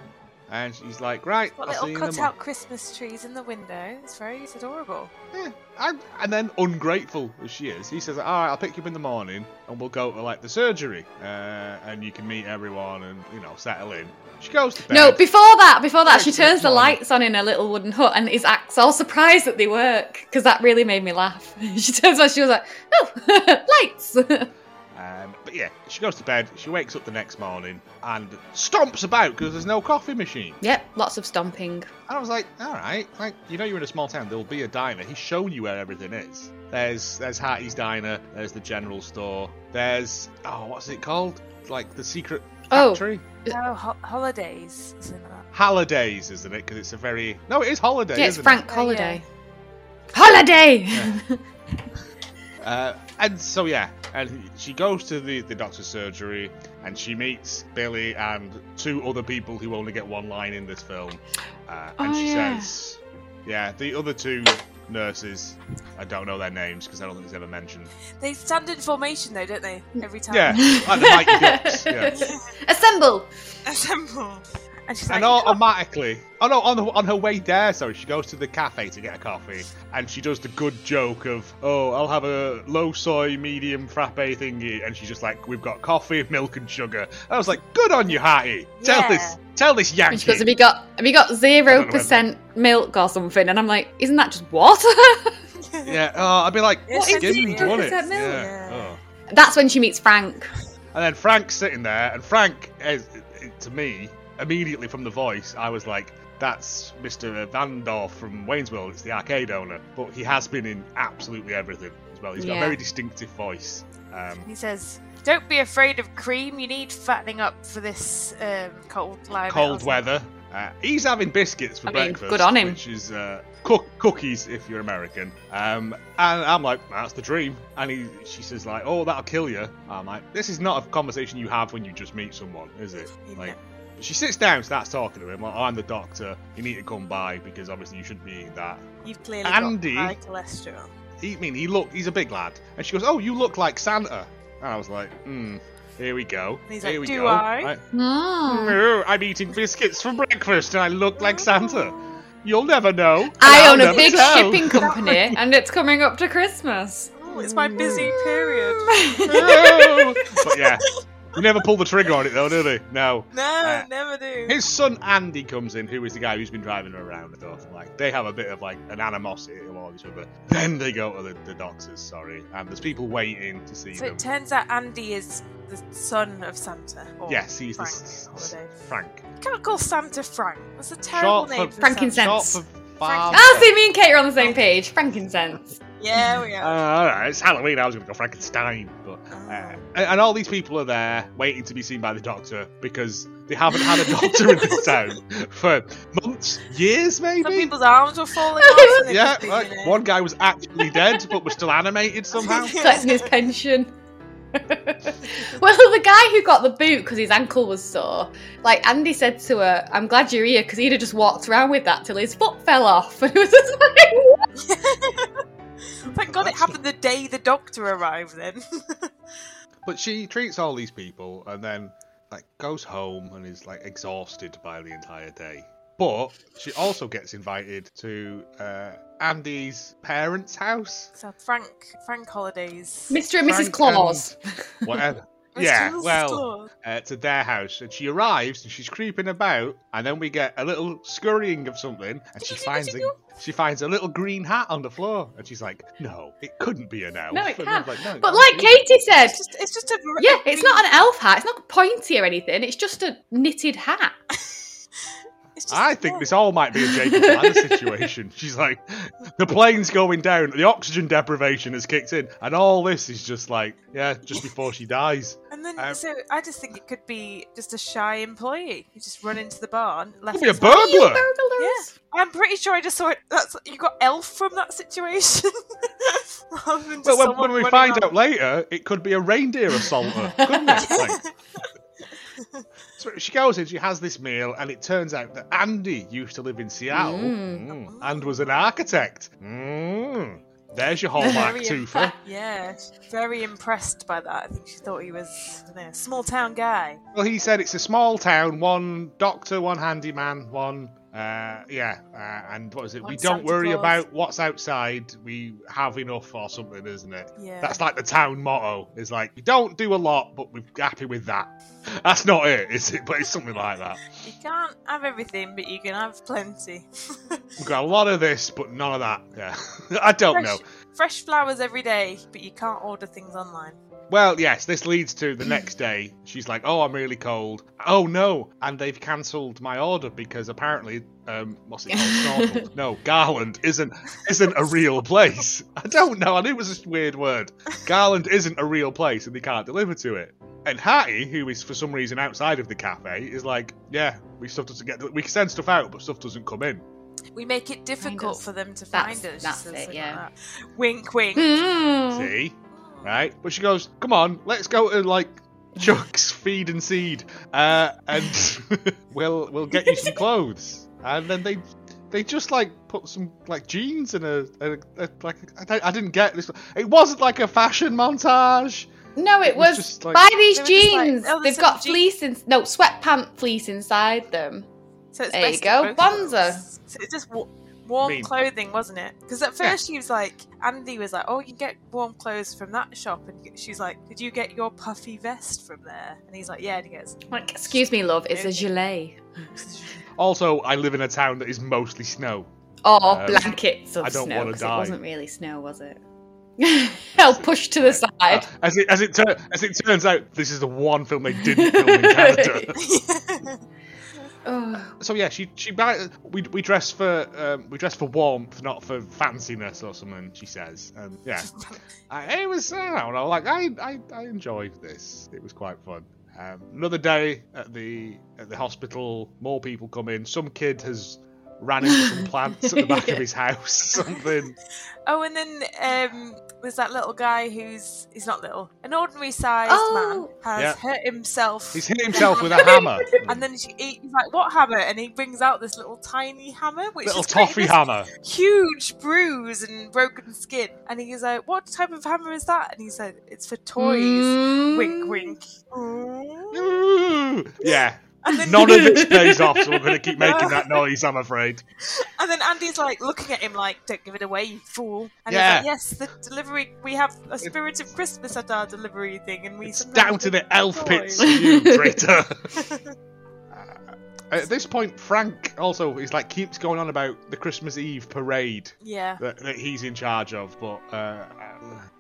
[SPEAKER 1] And she's like, right,
[SPEAKER 3] got
[SPEAKER 1] I'll see
[SPEAKER 3] little
[SPEAKER 1] you in a
[SPEAKER 3] cut
[SPEAKER 1] month.
[SPEAKER 3] out Christmas trees in the window. It's very, it's adorable.
[SPEAKER 1] Yeah. And, and then ungrateful as she is, he says, all right, I'll pick you up in the morning, and we'll go to like the surgery, uh, and you can meet everyone, and you know, settle in. She goes to bed.
[SPEAKER 2] No, before that, before that,
[SPEAKER 1] Very
[SPEAKER 2] she turns the
[SPEAKER 1] good one.
[SPEAKER 2] lights on in her little wooden hut and is acts all surprised that they work because that really made me laugh. she turns on, she was like, "Oh, lights!"
[SPEAKER 1] Um, but yeah, she goes to bed. She wakes up the next morning and stomps about because there's no coffee machine.
[SPEAKER 2] yep, lots of stomping.
[SPEAKER 1] And I was like, all right, like you know, you're in a small town. There'll be a diner. He's shown you where everything is. There's there's Hattie's diner. There's the general store. There's oh, what's it called? Like the secret
[SPEAKER 2] Oh.
[SPEAKER 1] factory.
[SPEAKER 3] No ho- holidays. something like that.
[SPEAKER 1] Holidays, isn't it? Because it's a very no, it is holiday.
[SPEAKER 2] yeah, it's
[SPEAKER 1] isn't
[SPEAKER 2] Frank
[SPEAKER 3] Oh,
[SPEAKER 2] Holiday. Holiday.
[SPEAKER 1] It? Uh, and so yeah, and she goes to the the doctor's surgery, and she meets Billy and two other people who only get one line in this film. Uh, and
[SPEAKER 2] Oh,
[SPEAKER 1] she
[SPEAKER 2] yeah.
[SPEAKER 1] says, Yeah, the other two nurses, I don't know their names because I don't think it's ever mentioned.
[SPEAKER 3] They stand in formation though, don't they? Every time.
[SPEAKER 1] Yeah, like the Mighty Ducks. Yeah.
[SPEAKER 4] Assemble!
[SPEAKER 3] Assemble. And she's
[SPEAKER 1] And
[SPEAKER 3] like,
[SPEAKER 1] automatically, oh no, on, the, on her way there, sorry, she goes to the cafe to get a coffee, and she does the good joke of, oh, I'll have a low soy medium frappe thingy, and she's just like, we've got coffee, milk, and sugar. I was like, good on you, Hattie. Tell
[SPEAKER 3] Yeah.
[SPEAKER 1] this, tell this
[SPEAKER 2] And she
[SPEAKER 1] Yankee.
[SPEAKER 2] goes, have you got have you got zero percent milk or something? And I'm like, isn't that just water?
[SPEAKER 1] Yeah, oh, I'd be like,
[SPEAKER 3] What
[SPEAKER 1] skim
[SPEAKER 3] is this
[SPEAKER 1] skimmed,
[SPEAKER 3] milk?
[SPEAKER 1] wouldn't
[SPEAKER 4] Is
[SPEAKER 1] it?
[SPEAKER 4] that milk?
[SPEAKER 1] Yeah.
[SPEAKER 3] Yeah.
[SPEAKER 1] oh.
[SPEAKER 2] That's when she meets Frank.
[SPEAKER 1] And then Frank's sitting there, and Frank, is, to me, immediately from the voice, I was like, that's Mr. Vandorf from Wayne's World. It's the arcade owner. But he has been in absolutely everything as well. He's got
[SPEAKER 2] Yeah.
[SPEAKER 1] a very distinctive voice. Um,
[SPEAKER 3] He says, "Don't be afraid of cream. You need fattening up for this um, cold climate." I
[SPEAKER 1] cold
[SPEAKER 3] was like,
[SPEAKER 1] weather. Uh, he's having biscuits for
[SPEAKER 2] I mean,
[SPEAKER 1] breakfast.
[SPEAKER 2] good on him.
[SPEAKER 1] Which is uh, cook- cookies if you're American. Um, and I'm like, that's the dream. And he, she says like, oh, that'll kill you. I'm like, this is not a conversation you have when you just meet someone, is it?
[SPEAKER 3] You
[SPEAKER 1] Like.
[SPEAKER 3] know.
[SPEAKER 1] She sits down, starts talking to him. Like, I'm the doctor. You need to come by because obviously you shouldn't be eating that.
[SPEAKER 3] You've clearly
[SPEAKER 1] Andy-
[SPEAKER 3] got high cholesterol.
[SPEAKER 1] He, I mean, he look. He's a big lad. And she goes, "Oh, you look like Santa." And I was like, "Hmm, here we go."
[SPEAKER 3] And he's
[SPEAKER 1] here
[SPEAKER 3] like,
[SPEAKER 1] we
[SPEAKER 3] "Do
[SPEAKER 1] go."
[SPEAKER 3] I?"
[SPEAKER 2] Oh.
[SPEAKER 1] No, I'm eating biscuits for breakfast and I look like Santa. You'll never know. and
[SPEAKER 2] I
[SPEAKER 1] I'll
[SPEAKER 2] own a
[SPEAKER 1] never
[SPEAKER 2] big
[SPEAKER 1] tell.
[SPEAKER 2] shipping company and it's coming up to Christmas.
[SPEAKER 3] Oh, it's my busy period.
[SPEAKER 1] No. Oh, but yeah, we never pull the trigger on it though, do they? No.
[SPEAKER 3] No,
[SPEAKER 1] Uh,
[SPEAKER 3] never do.
[SPEAKER 1] His son Andy comes in, who is the guy who's been driving her around and stuff. Like they have a bit of like an animosity among each other. Then they go to the, the doctors, sorry, and there's people waiting to see
[SPEAKER 3] So
[SPEAKER 1] them.
[SPEAKER 3] it turns out Andy is the son of Santa. Or
[SPEAKER 1] yes, he's
[SPEAKER 3] Frank.
[SPEAKER 1] the s-
[SPEAKER 3] Holiday.
[SPEAKER 1] Frank.
[SPEAKER 3] You can't call Santa Frank. That's a terrible
[SPEAKER 1] Short
[SPEAKER 3] name.
[SPEAKER 1] for-
[SPEAKER 3] For
[SPEAKER 2] Frankincense.
[SPEAKER 1] Short for
[SPEAKER 3] Frank-
[SPEAKER 1] father.
[SPEAKER 2] Ah, see, me and Kate are on the same page. Frankincense.
[SPEAKER 3] Santa. Yeah, we
[SPEAKER 1] Uh,
[SPEAKER 3] are. Oh.
[SPEAKER 1] all right, it's Halloween. I was going to go Frankenstein, but Uh, and all these people are there waiting to be seen by the doctor because they haven't had a doctor in this town for months, years, maybe.
[SPEAKER 3] Some people's arms were falling off. and they've
[SPEAKER 1] yeah,
[SPEAKER 3] just been, uh,
[SPEAKER 1] like,
[SPEAKER 3] you know.
[SPEAKER 1] one guy was actually dead but was still animated somehow.
[SPEAKER 2] Collecting his pension. well, the guy who got the boot because his ankle was sore, like Andy said to her, I'm glad you're here because he'd have just walked around with that till his foot fell off. And it was just like,
[SPEAKER 3] Thank God it happened the day the doctor arrived. Then
[SPEAKER 1] But she treats all these people and then like goes home and is like exhausted by the entire day. But she also gets invited to uh, Andy's parents' house.
[SPEAKER 3] so Frank, Frank holidays.
[SPEAKER 2] Mr. and Mrs.
[SPEAKER 1] Frank
[SPEAKER 2] Claus.
[SPEAKER 1] and Whatever.
[SPEAKER 3] Mr.
[SPEAKER 1] yeah,
[SPEAKER 3] Mrs.
[SPEAKER 1] well,
[SPEAKER 3] Claus.
[SPEAKER 1] uh, to their house, and she arrives and she's creeping about, and then we get a little scurrying of something, and she finds a, she finds a little green hat on the floor, and she's like, "No, it couldn't be an elf."
[SPEAKER 2] No, it
[SPEAKER 1] And I was
[SPEAKER 2] can't.
[SPEAKER 1] Like, no, it
[SPEAKER 2] But like
[SPEAKER 1] can't be."
[SPEAKER 2] Katie said,
[SPEAKER 3] It's just, it's just a.
[SPEAKER 2] yeah, it's not an elf hat. It's not pointy or anything. It's just a knitted hat.
[SPEAKER 3] It's just-
[SPEAKER 1] I think
[SPEAKER 3] yeah.
[SPEAKER 1] this all might be a Jacob Ladder situation. She's like, the plane's going down, the oxygen deprivation has kicked in, and all this is just like, yeah, just before she dies.
[SPEAKER 3] And then,
[SPEAKER 1] um,
[SPEAKER 3] so I just think it could be just a shy employee who just run into the barn. Left
[SPEAKER 1] Could be a
[SPEAKER 3] his hat-
[SPEAKER 2] Are you
[SPEAKER 1] burglar.
[SPEAKER 2] burglars?
[SPEAKER 3] I'm pretty sure I just saw it. That's you got elf from that situation. Rather than just
[SPEAKER 1] But when,
[SPEAKER 3] someone
[SPEAKER 1] when we
[SPEAKER 3] running
[SPEAKER 1] find
[SPEAKER 3] around.
[SPEAKER 1] out later, it could be a reindeer assaulter, couldn't it? Like- so she goes in, she has this meal, and it turns out that Andy used to live in Seattle
[SPEAKER 2] Mm.
[SPEAKER 1] Mm. and was an architect. Mm. There's your hallmark
[SPEAKER 3] Very
[SPEAKER 1] twofer.
[SPEAKER 3] Yeah, she's very impressed by that. I think she thought he was I don't know, a small town guy.
[SPEAKER 1] Well, he said it's a small town, one doctor, one handyman, one. Uh, yeah, uh, and what is it?
[SPEAKER 3] One
[SPEAKER 1] we don't
[SPEAKER 3] Santa
[SPEAKER 1] worry
[SPEAKER 3] Claus.
[SPEAKER 1] about what's outside. We have enough or something, isn't it?
[SPEAKER 3] Yeah.
[SPEAKER 1] That's like the town motto. It's like you don't do a lot, but we're happy with that. That's not it, is it? But it's something like that.
[SPEAKER 3] You can't have everything, but you can have plenty.
[SPEAKER 1] We've got a lot of this, but none of that. Yeah, I don't know.
[SPEAKER 3] Fresh flowers every day, but you can't order things online.
[SPEAKER 1] Well, yes, this leads to the next day. She's like, "Oh, I'm really cold. Oh no!" And they've cancelled my order because apparently, um, what's it called? Snorkel? no, Garland isn't isn't a real place. I don't know. I knew it was a weird word. Garland isn't a real place, and they can't deliver to it. And Hattie, who is for some reason outside of the cafe, is like, "Yeah, we stuff doesn't get. We send stuff out, but stuff doesn't come in."
[SPEAKER 3] We make it difficult
[SPEAKER 2] us.
[SPEAKER 3] for them to
[SPEAKER 2] That's-
[SPEAKER 3] find us.
[SPEAKER 2] that's
[SPEAKER 3] She says
[SPEAKER 2] it,
[SPEAKER 3] something
[SPEAKER 2] yeah.
[SPEAKER 3] like that. Wink, wink.
[SPEAKER 2] Mm.
[SPEAKER 1] See, right? But she goes, "Come on, let's go to like Chuck's Feed and Seed, uh, and we'll we'll get you some clothes." and then they they just like put some like jeans in a, a, a like I, don't, I didn't get this. It wasn't like a fashion montage.
[SPEAKER 2] No, it
[SPEAKER 1] was
[SPEAKER 2] was,
[SPEAKER 1] just like-
[SPEAKER 2] buy these
[SPEAKER 3] They were just like,
[SPEAKER 2] jeans.
[SPEAKER 3] "Oh, there's
[SPEAKER 2] They've got
[SPEAKER 3] some
[SPEAKER 2] fleece in no sweatpant fleece inside them.
[SPEAKER 3] So it's
[SPEAKER 2] There you
[SPEAKER 3] best
[SPEAKER 2] go,
[SPEAKER 3] of both
[SPEAKER 2] bonza.
[SPEAKER 3] worlds. So it's just wa- warm
[SPEAKER 1] Mean.
[SPEAKER 3] clothing, wasn't it? Because at
[SPEAKER 1] Yeah.
[SPEAKER 3] first she was like, Andy was like, "Oh, you can get warm clothes from that shop," and you- she's like, "Did you get your puffy vest from there?" And he's like, "Yeah." And he goes,
[SPEAKER 2] Like, excuse me, love, it's a
[SPEAKER 3] Okay.
[SPEAKER 2] gilet
[SPEAKER 1] Also, I live in a town that is mostly snow.
[SPEAKER 2] or
[SPEAKER 1] Um,
[SPEAKER 2] Oh, blankets of
[SPEAKER 1] I don't
[SPEAKER 2] snow,
[SPEAKER 1] wanna
[SPEAKER 2] 'cause
[SPEAKER 1] die.
[SPEAKER 2] It wasn't really snow, was it? I'll push to the
[SPEAKER 1] Uh,
[SPEAKER 2] side.
[SPEAKER 1] as it as it tur- as it turns out, this is the one film they didn't film in Canada. Ah.
[SPEAKER 2] Oh,
[SPEAKER 1] so yeah, she she buy, we we dress for um, we dress for warmth, not for fanciness or something. She says, and yeah, I, it was I don't know, like I, I I enjoyed this. It was quite fun. Um, another day at the at the hospital, more people come in. Some kid has ran into some plants at the back of his house or something.
[SPEAKER 3] "Oh," and then um, there's that little guy who's he's not little, an ordinary sized
[SPEAKER 2] Oh.
[SPEAKER 3] man has
[SPEAKER 1] Yeah.
[SPEAKER 3] hurt himself.
[SPEAKER 1] He's hit himself with a hammer.
[SPEAKER 3] and then she, he's like, "What hammer?" And he brings out this little tiny hammer, which
[SPEAKER 1] little
[SPEAKER 3] is great.
[SPEAKER 1] toffee
[SPEAKER 3] This
[SPEAKER 1] hammer.
[SPEAKER 3] huge bruise and broken skin. And he's like, What type of hammer is that? And he's like, It's for toys. Wink,
[SPEAKER 2] Mm.
[SPEAKER 3] wink. Mm.
[SPEAKER 1] Ooh. Yeah.
[SPEAKER 3] And then,
[SPEAKER 1] None of it's days off, so we're going to keep making that noise, I'm afraid.
[SPEAKER 3] and then Andy's like looking at him like, Don't give it away, you fool. And
[SPEAKER 1] Yeah.
[SPEAKER 3] he's like, Yes, the delivery, we have a spirit of Christmas at our delivery thing. And we
[SPEAKER 1] It's
[SPEAKER 3] sometimes
[SPEAKER 1] down to
[SPEAKER 3] bring
[SPEAKER 1] the elf
[SPEAKER 3] toys.
[SPEAKER 1] pits, you traitor. Uh, At this point, Frank also is like keeps going on about the Christmas Eve parade
[SPEAKER 3] Yeah.
[SPEAKER 1] that, that he's in charge of, but uh, uh,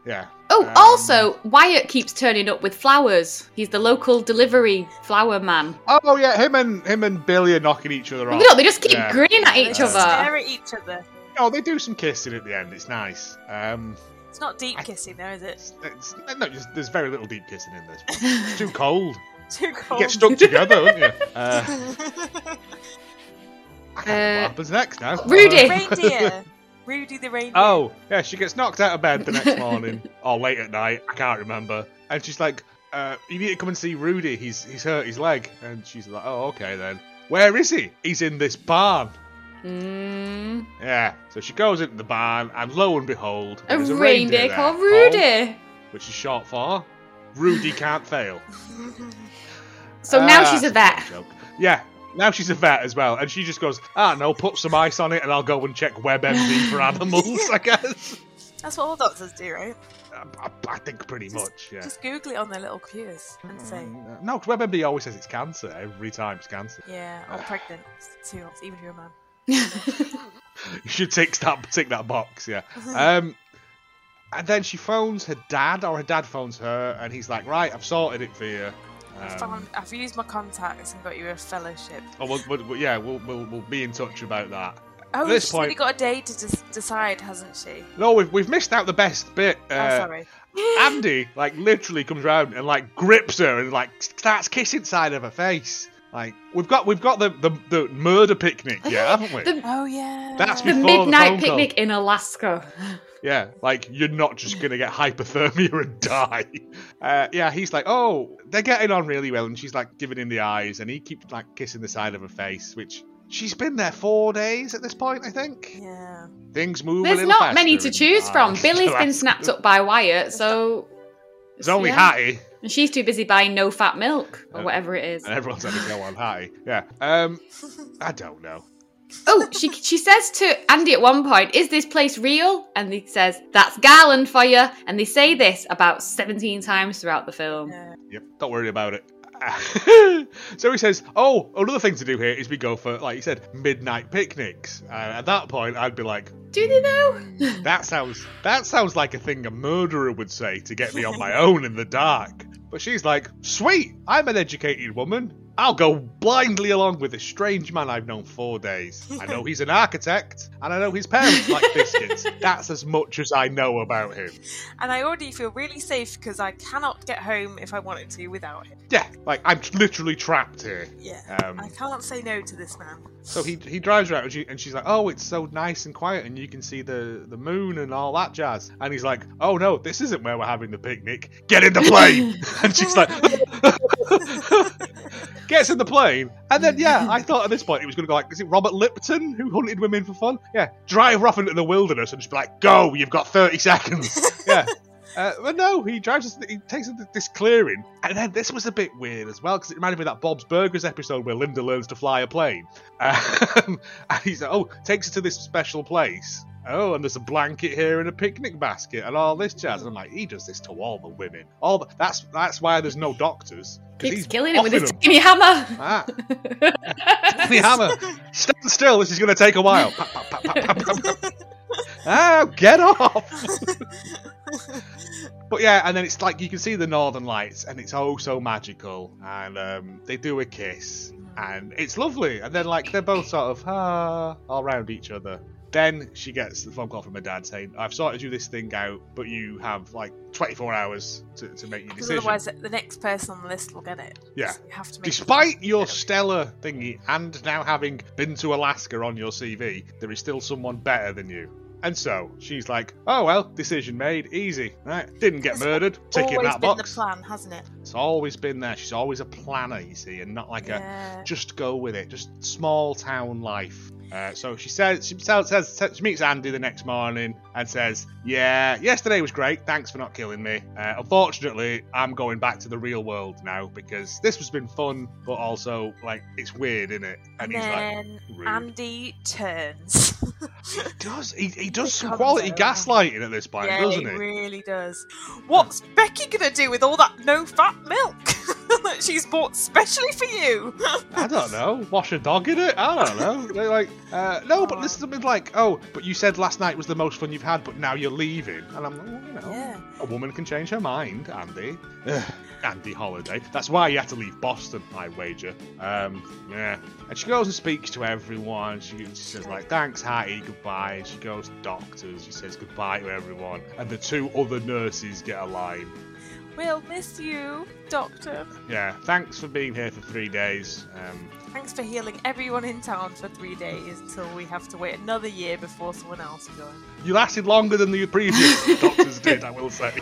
[SPEAKER 1] yeah,
[SPEAKER 2] Oh,
[SPEAKER 1] Um,
[SPEAKER 2] also, Wyatt keeps turning up with flowers. He's the local delivery flower man.
[SPEAKER 1] oh yeah, him and him and Billy are knocking each other off.
[SPEAKER 2] No, they just keep
[SPEAKER 1] Yeah.
[SPEAKER 2] grinning at
[SPEAKER 3] They
[SPEAKER 2] each
[SPEAKER 3] just
[SPEAKER 2] other.
[SPEAKER 3] Stare at each other.
[SPEAKER 1] No, Oh, they do some kissing at the end. It's nice. Um,
[SPEAKER 3] It's not deep
[SPEAKER 1] I-
[SPEAKER 3] kissing, though, is it?
[SPEAKER 1] it's, it's, no, just, there's very little deep kissing in this. It's too cold.
[SPEAKER 3] Too
[SPEAKER 1] You
[SPEAKER 3] cold.
[SPEAKER 1] get stuck together, don't you? Uh, I can't remember
[SPEAKER 2] Uh,
[SPEAKER 1] what happens next now.
[SPEAKER 2] Rudy.
[SPEAKER 3] reindeer. Rudy the reindeer.
[SPEAKER 1] Oh, yeah, she gets knocked out of bed the next morning or late at night. I can't remember. And she's like, uh, "You need to come and see Rudy. He's he's hurt his leg." And she's like, "Oh, okay then. Where is he? He's in this barn."
[SPEAKER 2] Mm,
[SPEAKER 1] Yeah. So she goes into the barn, and lo and behold,
[SPEAKER 2] a
[SPEAKER 1] there's
[SPEAKER 2] reindeer,
[SPEAKER 1] there
[SPEAKER 2] called Rudy.
[SPEAKER 1] Paul, which is short for Rudy can't fail.
[SPEAKER 2] So now
[SPEAKER 1] Ah,
[SPEAKER 2] she's a
[SPEAKER 1] that's
[SPEAKER 2] vet.
[SPEAKER 1] joke. Yeah. Now she's a vet as well, and she just goes, "Ah, no, put some ice on it, and I'll go and check WebMD for animals." I guess.
[SPEAKER 3] That's what all doctors do, right?
[SPEAKER 1] I, I, I think pretty much. Yeah.
[SPEAKER 3] Just Google it on their little computers and say,
[SPEAKER 1] Um, No, because WebMD always says it's cancer. Every time it's cancer.
[SPEAKER 3] yeah, I'm pregnant. It's too hot, even if you're a man.
[SPEAKER 1] You should tick that, tick that box, yeah.
[SPEAKER 3] Uh-huh.
[SPEAKER 1] Um, and then she phones her dad, or her dad phones her, and he's like, right, I've sorted it for you.
[SPEAKER 3] I've,
[SPEAKER 1] Um,
[SPEAKER 3] found, I've used my contacts and got you a fellowship.
[SPEAKER 1] oh, we'll, we'll- we'll- yeah, we'll, we'll, we'll be in touch about that.
[SPEAKER 3] Oh,
[SPEAKER 1] this
[SPEAKER 3] she's
[SPEAKER 1] point-
[SPEAKER 3] really got a day to des- decide, hasn't she?
[SPEAKER 1] No, we've, we've missed out the best bit. Uh,
[SPEAKER 3] oh, sorry.
[SPEAKER 1] Andy, like, literally comes round and, like, grips her and, like, starts kissing side of her face. Like, we've got we've got the, the, the murder picnic, yeah, haven't we?
[SPEAKER 2] The-
[SPEAKER 3] Oh, yeah.
[SPEAKER 1] That's
[SPEAKER 2] the
[SPEAKER 1] before the
[SPEAKER 2] midnight
[SPEAKER 1] phone call.
[SPEAKER 2] picnic in Alaska.
[SPEAKER 1] Yeah, like you're not just gonna get hypothermia and die. Uh, yeah, he's like, oh, they're getting on really well, and she's like giving him the eyes, and he keeps like kissing the side of her face, which she's been there four days at this point, I think.
[SPEAKER 3] Yeah.
[SPEAKER 1] Things move. a
[SPEAKER 2] There's
[SPEAKER 1] little
[SPEAKER 2] not many
[SPEAKER 1] faster
[SPEAKER 2] to
[SPEAKER 1] in
[SPEAKER 2] choose from.
[SPEAKER 1] Ireland.
[SPEAKER 2] Billy's been snapped up by Wyatt, so
[SPEAKER 1] There's only
[SPEAKER 2] Yeah.
[SPEAKER 1] Hattie,
[SPEAKER 2] and she's too busy buying no fat milk or
[SPEAKER 1] Uh,
[SPEAKER 2] whatever it is.
[SPEAKER 1] and everyone's having to go on Hattie. Yeah. Um, I don't know.
[SPEAKER 2] Oh, she she says to Andy at one point, "Is this place real?" And he says, "That's Garland for you." And they say this about 17 times throughout the film.
[SPEAKER 3] yeah.
[SPEAKER 1] Yep, don't worry about it. so he says, Oh, another thing to do here is we go for, like you said, midnight picnics. And at that point, I'd be like,
[SPEAKER 2] Do they though?
[SPEAKER 1] That sounds that sounds like a thing a murderer would say to get me on my own in the dark. But she's like, "Sweet, I'm an educated woman. I'll go blindly along with this strange man I've known four days. I know he's an architect, and I know his parents like biscuits. That's as much as I know about him."
[SPEAKER 3] And I already feel really safe because I cannot get home if I wanted to without him.
[SPEAKER 1] Yeah, like I'm t- literally trapped here.
[SPEAKER 3] Yeah.
[SPEAKER 1] Um,
[SPEAKER 3] I can't say no to this man.
[SPEAKER 1] so he he drives her out, and, she, and she's like, "Oh, it's so nice and quiet, and you can see the the moon and all that jazz." And he's like, "Oh no, this isn't where we're having the picnic. Get in the plane!" and she's like, gets in the plane, and then yeah, I thought at this point it was going to go like, is it Robert Lipton who hunted women for fun? Yeah, drive her off into the wilderness and just be like, go, you've got thirty seconds. yeah. Uh, but no, he drives us. He takes us to this clearing, and then this was a bit weird as well because it reminded me of that Bob's Burgers episode where Linda learns to fly a plane. Um, and he's like, "Oh, takes us to this special place. Oh, and there's a blanket here and a picnic basket and all this jazz." And I'm like, "He does this to all the women. All the, that's that's why there's no doctors. 'cause
[SPEAKER 4] Keeps
[SPEAKER 1] he's
[SPEAKER 4] killing it with
[SPEAKER 1] offing
[SPEAKER 4] his
[SPEAKER 1] them.
[SPEAKER 4] tiny hammer.
[SPEAKER 1] Ah, the hammer. Stand still. This is going to take a while. Pop, pop, pop, pop, pop, pop, pop. Oh, get off! But yeah, and then it's like you can see the northern lights, and it's oh so magical. And um, they do a kiss, and it's lovely. And then like they're both sort of ah, all round each other. Then she gets the phone call from her dad saying, "I've sorted you this thing out, but you have like 24 hours to, to make your
[SPEAKER 3] Because
[SPEAKER 1] decision."
[SPEAKER 3] otherwise, the next person on the list will get it.
[SPEAKER 1] Yeah.
[SPEAKER 3] So you have to make
[SPEAKER 1] Despite your stellar thingy and now having been to Alaska on your CV, there is still someone better than you. And so she's like, "Oh well, decision made, easy. Right, didn't get
[SPEAKER 3] It's
[SPEAKER 1] murdered. Tick in
[SPEAKER 3] always
[SPEAKER 1] that
[SPEAKER 3] been
[SPEAKER 1] box."
[SPEAKER 3] the plan, hasn't it?
[SPEAKER 1] It's always been there. She's always a planner, you see, and not like
[SPEAKER 3] Yeah.
[SPEAKER 1] a just go with it, just small town life. Uh, so she says she tells, says says- she meets Andy the next morning and says, "Yeah, yesterday was great. Thanks for not killing me. Uh, unfortunately, I'm going back to the real world now because this has been fun, but also like it's weird, isn't it?"
[SPEAKER 3] And
[SPEAKER 1] And he's like,
[SPEAKER 3] then
[SPEAKER 1] "Rude."
[SPEAKER 3] Andy turns.
[SPEAKER 1] "Does he? He does
[SPEAKER 3] It
[SPEAKER 1] some
[SPEAKER 3] comes
[SPEAKER 1] quality
[SPEAKER 3] over.
[SPEAKER 1] gaslighting at this point,
[SPEAKER 3] yeah,
[SPEAKER 1] doesn't
[SPEAKER 3] he
[SPEAKER 1] he?"
[SPEAKER 3] really does. What's Becky gonna do with all that no fat milk that she's bought specially for you?
[SPEAKER 1] I don't know. Wash a dog in it? I don't know. They're like, uh, no, but this is something like, oh, but you said last night was the most fun you've had, but now you're leaving. And I'm like, well, you know,
[SPEAKER 3] yeah.
[SPEAKER 1] a woman can change her mind, Andy. Ugh, Andy Holiday. That's why you had to leave Boston, I wager. Um, yeah. And she goes and speaks to everyone. She, she says, like, thanks, Hattie, goodbye. And she goes to doctors. She says goodbye to everyone. And the two other nurses get a line.
[SPEAKER 3] We'll miss you, Doctor.
[SPEAKER 1] Yeah, thanks for being here for three days. Um,
[SPEAKER 3] Thanks for healing everyone in town for three days until we have to wait another year before someone else joins.
[SPEAKER 1] You lasted longer than the previous doctors did, I will say.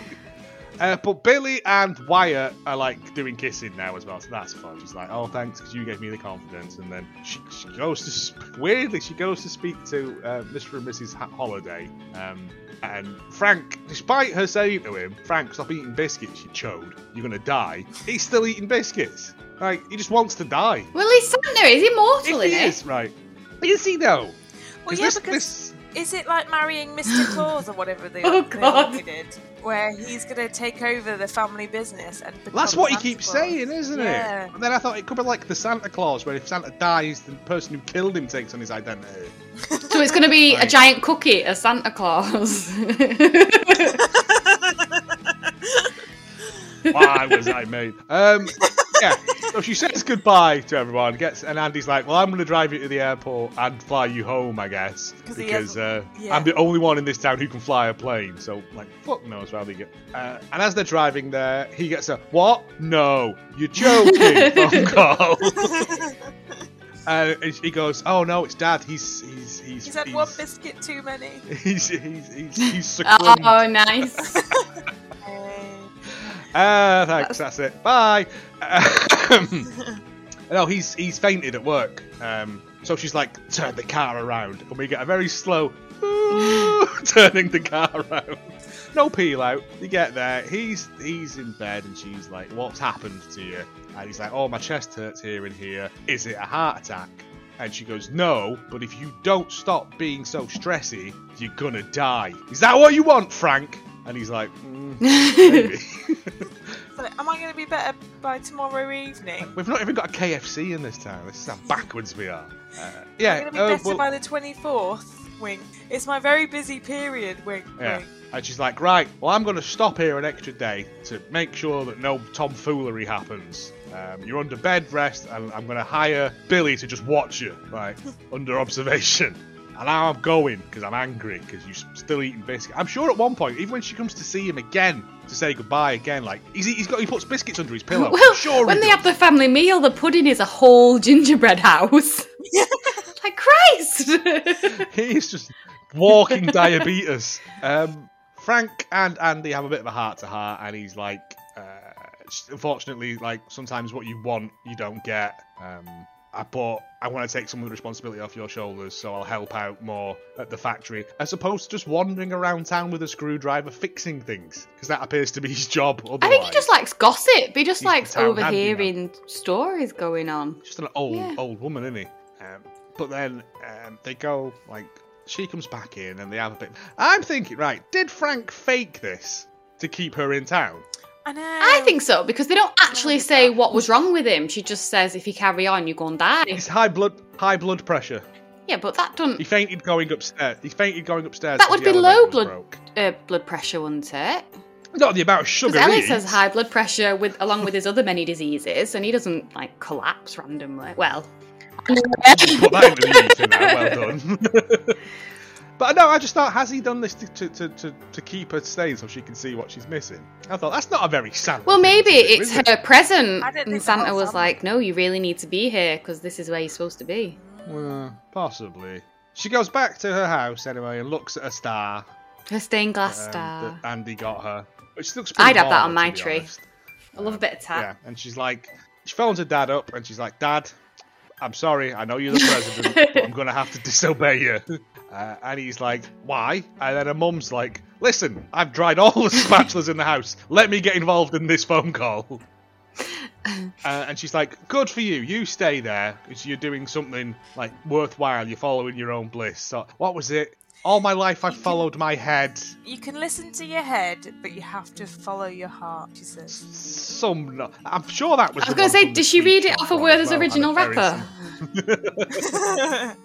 [SPEAKER 1] Uh, but Billy and Wyatt are like doing kissing now as well, so that's fun. She's like, "Oh, thanks, because you gave me the confidence." And then she, she goes to sp- weirdly she goes to speak to uh, Mr. and Mrs. Ha- Holiday. Um, and Frank, despite her saying to him, "Frank, stop eating biscuits, you chode. You're gonna die." He's still eating biscuits. Like he just wants to die.
[SPEAKER 4] Well, he's sat there. Is he mortal in
[SPEAKER 1] he
[SPEAKER 4] it?
[SPEAKER 1] is right. Is he though?
[SPEAKER 3] Well,
[SPEAKER 1] Is
[SPEAKER 3] yeah,
[SPEAKER 1] this-
[SPEAKER 3] because
[SPEAKER 1] this-
[SPEAKER 3] is it like marrying Mr. Claus or whatever they,
[SPEAKER 4] Oh,
[SPEAKER 3] they
[SPEAKER 4] God.
[SPEAKER 3] all did, where he's going to take over the family business and become
[SPEAKER 1] That's what he
[SPEAKER 3] Santa
[SPEAKER 1] keeps
[SPEAKER 3] Claus?
[SPEAKER 1] saying, isn't
[SPEAKER 3] yeah.
[SPEAKER 1] it? And then I thought it could be like the Santa Claus, where if Santa dies, the person who killed him takes on his identity.
[SPEAKER 2] So it's going to be a
[SPEAKER 1] Right.
[SPEAKER 2] giant cookie as Santa Claus.
[SPEAKER 1] Why was I made? Um, yeah. So she says goodbye to everyone. Gets and Andy's like, "Well, I'm going to drive you to the airport and fly you home, I guess,
[SPEAKER 3] he
[SPEAKER 1] because uh,
[SPEAKER 3] yeah.
[SPEAKER 1] I'm the only one in this town who can fly a plane." So like, fuck knows where they get. Uh, and as they're driving there, he gets a what? No, you're joking. phone call. Uh, and he goes, "Oh no, it's Dad. He's he's he's
[SPEAKER 3] He's had
[SPEAKER 1] he's,
[SPEAKER 3] one biscuit too many.
[SPEAKER 1] He's he's he's, he's succumbed.
[SPEAKER 2] oh, nice.
[SPEAKER 1] Ah, thanks. That's it. Bye. Um, no, he's he's fainted at work. Um, so she's like, turn the car around, and we get a very slow turning the car around. No peel out. You get there. He's he's in bed, and she's like, "What's happened to you?" And he's like, "Oh, my chest hurts here and here. Is it a heart attack?" And she goes, "No, but if you don't stop being so stressy, you're gonna die. Is that what you want, Frank?" And he's like, "Mm, maybe."
[SPEAKER 3] So, am I going to be better by tomorrow evening?
[SPEAKER 1] We've not even got a KFC in this town. This is how backwards we are. Uh,
[SPEAKER 3] I'm
[SPEAKER 1] yeah.
[SPEAKER 3] going to be
[SPEAKER 1] oh,
[SPEAKER 3] better
[SPEAKER 1] well-
[SPEAKER 3] by the 24th. Wink. It's my very busy period. Wink.
[SPEAKER 1] yeah.
[SPEAKER 3] Wink.
[SPEAKER 1] And she's like, right, well, I'm going to stop here an extra day to make sure that no tomfoolery happens. Um, you're under bed rest, and I'm going to hire Billy to just watch you, right, under observation. And now I'm going because I'm angry because you're still eating biscuits. I'm sure at one point, even when she comes to see him again to say goodbye again, like he's, he's got he puts biscuits under his pillow.
[SPEAKER 2] Well,
[SPEAKER 1] Oh, sure,
[SPEAKER 2] when
[SPEAKER 1] he
[SPEAKER 2] they
[SPEAKER 1] does.
[SPEAKER 2] have the family meal, the pudding is a whole gingerbread house. like Christ.
[SPEAKER 1] He's just walking diabetes. Um, Frank and Andy have a bit of a heart to heart, and he's like, uh, which unfortunately, like sometimes what you want, you don't get. Um, I, but I want to take some of the responsibility off your shoulders, so I'll help out more at the factory, as opposed to just wandering around town with a screwdriver fixing things, because that appears to be his job. Otherwise.
[SPEAKER 2] I think he just likes gossip. He just
[SPEAKER 1] He's
[SPEAKER 2] likes
[SPEAKER 1] the town handy
[SPEAKER 2] overhearing stories going on.
[SPEAKER 1] just an old
[SPEAKER 2] Yeah.
[SPEAKER 1] old woman, isn't he? Um, but then um, they go like she comes back in and they have a bit. I'm thinking, right? Did Frank fake this to keep her in town?
[SPEAKER 3] I know.
[SPEAKER 2] I think so because they don't actually
[SPEAKER 3] did
[SPEAKER 2] say
[SPEAKER 3] that.
[SPEAKER 2] what was wrong with him. She just says, "If you carry on, you're going to die."
[SPEAKER 1] It's high blood high blood pressure.
[SPEAKER 2] Yeah, but that
[SPEAKER 1] He
[SPEAKER 2] don't
[SPEAKER 1] fainted going upstairs. He fainted going upstairs.
[SPEAKER 2] That
[SPEAKER 1] 'cause
[SPEAKER 2] would
[SPEAKER 1] the
[SPEAKER 2] be
[SPEAKER 1] elevator
[SPEAKER 2] low
[SPEAKER 1] was
[SPEAKER 2] blood-
[SPEAKER 1] broke.
[SPEAKER 2] uh, blood pressure, wouldn't it?
[SPEAKER 1] Not the amount of sugar.
[SPEAKER 2] Because Ellis
[SPEAKER 1] he
[SPEAKER 2] has
[SPEAKER 1] eats.
[SPEAKER 2] high blood pressure with along with his other many diseases, and he doesn't like collapse randomly. Well,
[SPEAKER 1] Put that into the ether now. Well done. But no, I just thought, has he done this to, to, to, to, to keep her staying so she can see what she's missing? I thought, that's not a very sad.
[SPEAKER 2] well, maybe it's her present,
[SPEAKER 3] I don't
[SPEAKER 2] and
[SPEAKER 3] think the whole
[SPEAKER 2] Santa was
[SPEAKER 3] family-
[SPEAKER 2] like, "No, you really need to be here because this is where you're supposed to be."
[SPEAKER 1] Well, Uh, possibly. She goes back to her house anyway and looks at a star
[SPEAKER 2] Her stained glass
[SPEAKER 1] um,
[SPEAKER 2] star.
[SPEAKER 1] that Andy got her, which looks.
[SPEAKER 2] I'd have that
[SPEAKER 1] normal,
[SPEAKER 2] on my
[SPEAKER 1] to be
[SPEAKER 2] tree.
[SPEAKER 1] honest.
[SPEAKER 2] I love a bit of
[SPEAKER 1] Yeah,
[SPEAKER 2] tap.
[SPEAKER 1] and she's like, she phones her dad up and she's like, Dad, I'm sorry, I know you're the president, but I'm gonna have to disobey you. Uh, and he's like, Why? And then her mum's like, Listen, I've dried all the spatulas in the house. Let me get involved in this phone call. Uh, and she's like, "Good for you. You stay there because you're doing something like worthwhile. You're following your own bliss." So, what was it? All my life, I've followed my head.
[SPEAKER 3] You can listen to your head, but you have to follow your heart, she says.
[SPEAKER 1] Some, no- I'm sure that was.
[SPEAKER 2] I was gonna say, did she read it off of Werther's
[SPEAKER 1] Werther's
[SPEAKER 2] original rapper?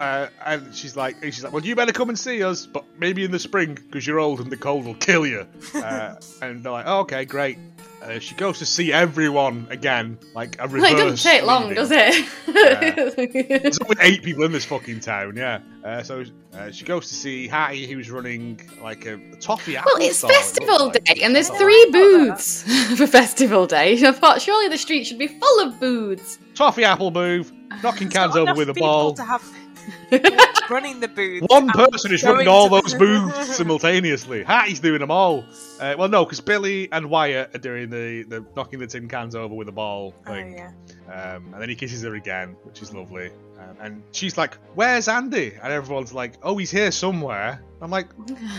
[SPEAKER 1] Uh, and she's like, and she's like, well, you better come and see us, but maybe in the spring because you're old and the cold will kill you. Uh, and they're like, oh, okay, great. Uh, she goes to see everyone again, like a reverse.
[SPEAKER 2] Well, it doesn't take long,
[SPEAKER 1] reading.
[SPEAKER 2] does it?
[SPEAKER 1] There's only eight people in this fucking town, yeah. Uh, so uh, she goes to see Hattie, who's running like a toffee apple.
[SPEAKER 2] well, it's
[SPEAKER 1] store, it looks
[SPEAKER 2] festival
[SPEAKER 1] like.
[SPEAKER 2] day, and there's
[SPEAKER 1] Oh.
[SPEAKER 2] three booths for festival day. I thought surely the street should be full of booths.
[SPEAKER 1] Toffee apple move, knocking cans over
[SPEAKER 3] Enough
[SPEAKER 1] with a
[SPEAKER 3] people
[SPEAKER 1] ball.
[SPEAKER 3] To have running the booth.
[SPEAKER 1] One person is running
[SPEAKER 3] going
[SPEAKER 1] all
[SPEAKER 3] to-
[SPEAKER 1] those booths simultaneously. Hattie's doing them all. Uh, well, no, because Billy and Wyatt are doing the, the knocking the tin cans over with a ball
[SPEAKER 3] Oh,
[SPEAKER 1] thing.
[SPEAKER 3] yeah.
[SPEAKER 1] Um, and then he kisses her again, which is lovely. Um, and she's like, "Where's Andy?" And everyone's like, "Oh, he's here somewhere." I'm like,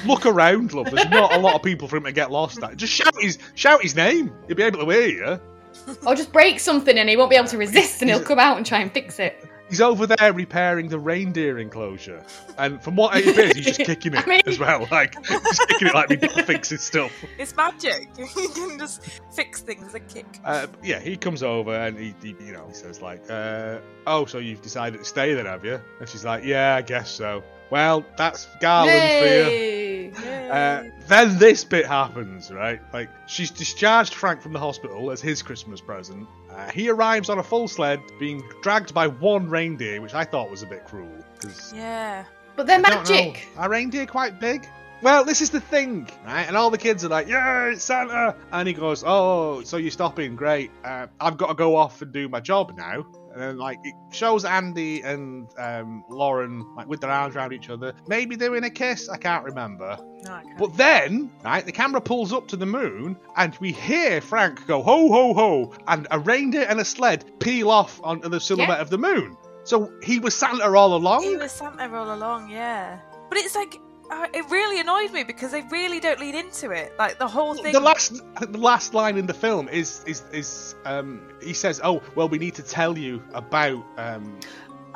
[SPEAKER 1] "Look around, love. There's not a lot of people for him to get lost at. Just shout his shout his name. He'll be able to hear you.
[SPEAKER 2] Or just break something and he won't be able to resist and he'll
[SPEAKER 1] He's-
[SPEAKER 2] come out and try and fix it.
[SPEAKER 1] He's over there repairing the reindeer enclosure, and from what it appears, he's just kicking it
[SPEAKER 2] I mean-
[SPEAKER 1] as well. Like he's kicking it like we don't fix his stuff.
[SPEAKER 3] It's magic. you can just fix things and kick.
[SPEAKER 1] Uh, yeah, he comes over and he, he you know, he says like, uh, "Oh, so you've decided to stay then, have you?" And she's like, "Yeah, I guess so." Well, that's Garland for you.
[SPEAKER 2] Yay!
[SPEAKER 1] Uh, then this bit happens, right? Like she's discharged Frank from the hospital as his Christmas present. Uh, he arrives on a full sled, being dragged by one reindeer, which I thought was a bit cruel. 'cause
[SPEAKER 3] Yeah.
[SPEAKER 2] But they're
[SPEAKER 1] I don't know.
[SPEAKER 2] magic.
[SPEAKER 1] Are reindeer quite big? Well, this is the thing, right? And all the kids are like, "Yeah, it's Santa!" And he goes, "Oh, so you're stopping? Great. Uh, I've got to go off and do my job now." And then, like, it shows Andy and um, Lauren like with their arms around each other, maybe doing a kiss. I can't remember.
[SPEAKER 3] No, I can't.
[SPEAKER 1] But then, right, the camera pulls up to the moon, and we hear Frank go ho ho ho, and a reindeer and a sled peel off onto the silhouette of the moon. So he was Santa all along.
[SPEAKER 3] He was Santa all along, yeah. But it's like uh, it really annoyed me because they really don't lead into it. Like the whole thing.
[SPEAKER 1] The last, the last line in the film is is is um he says, "Oh well, we need to tell you about um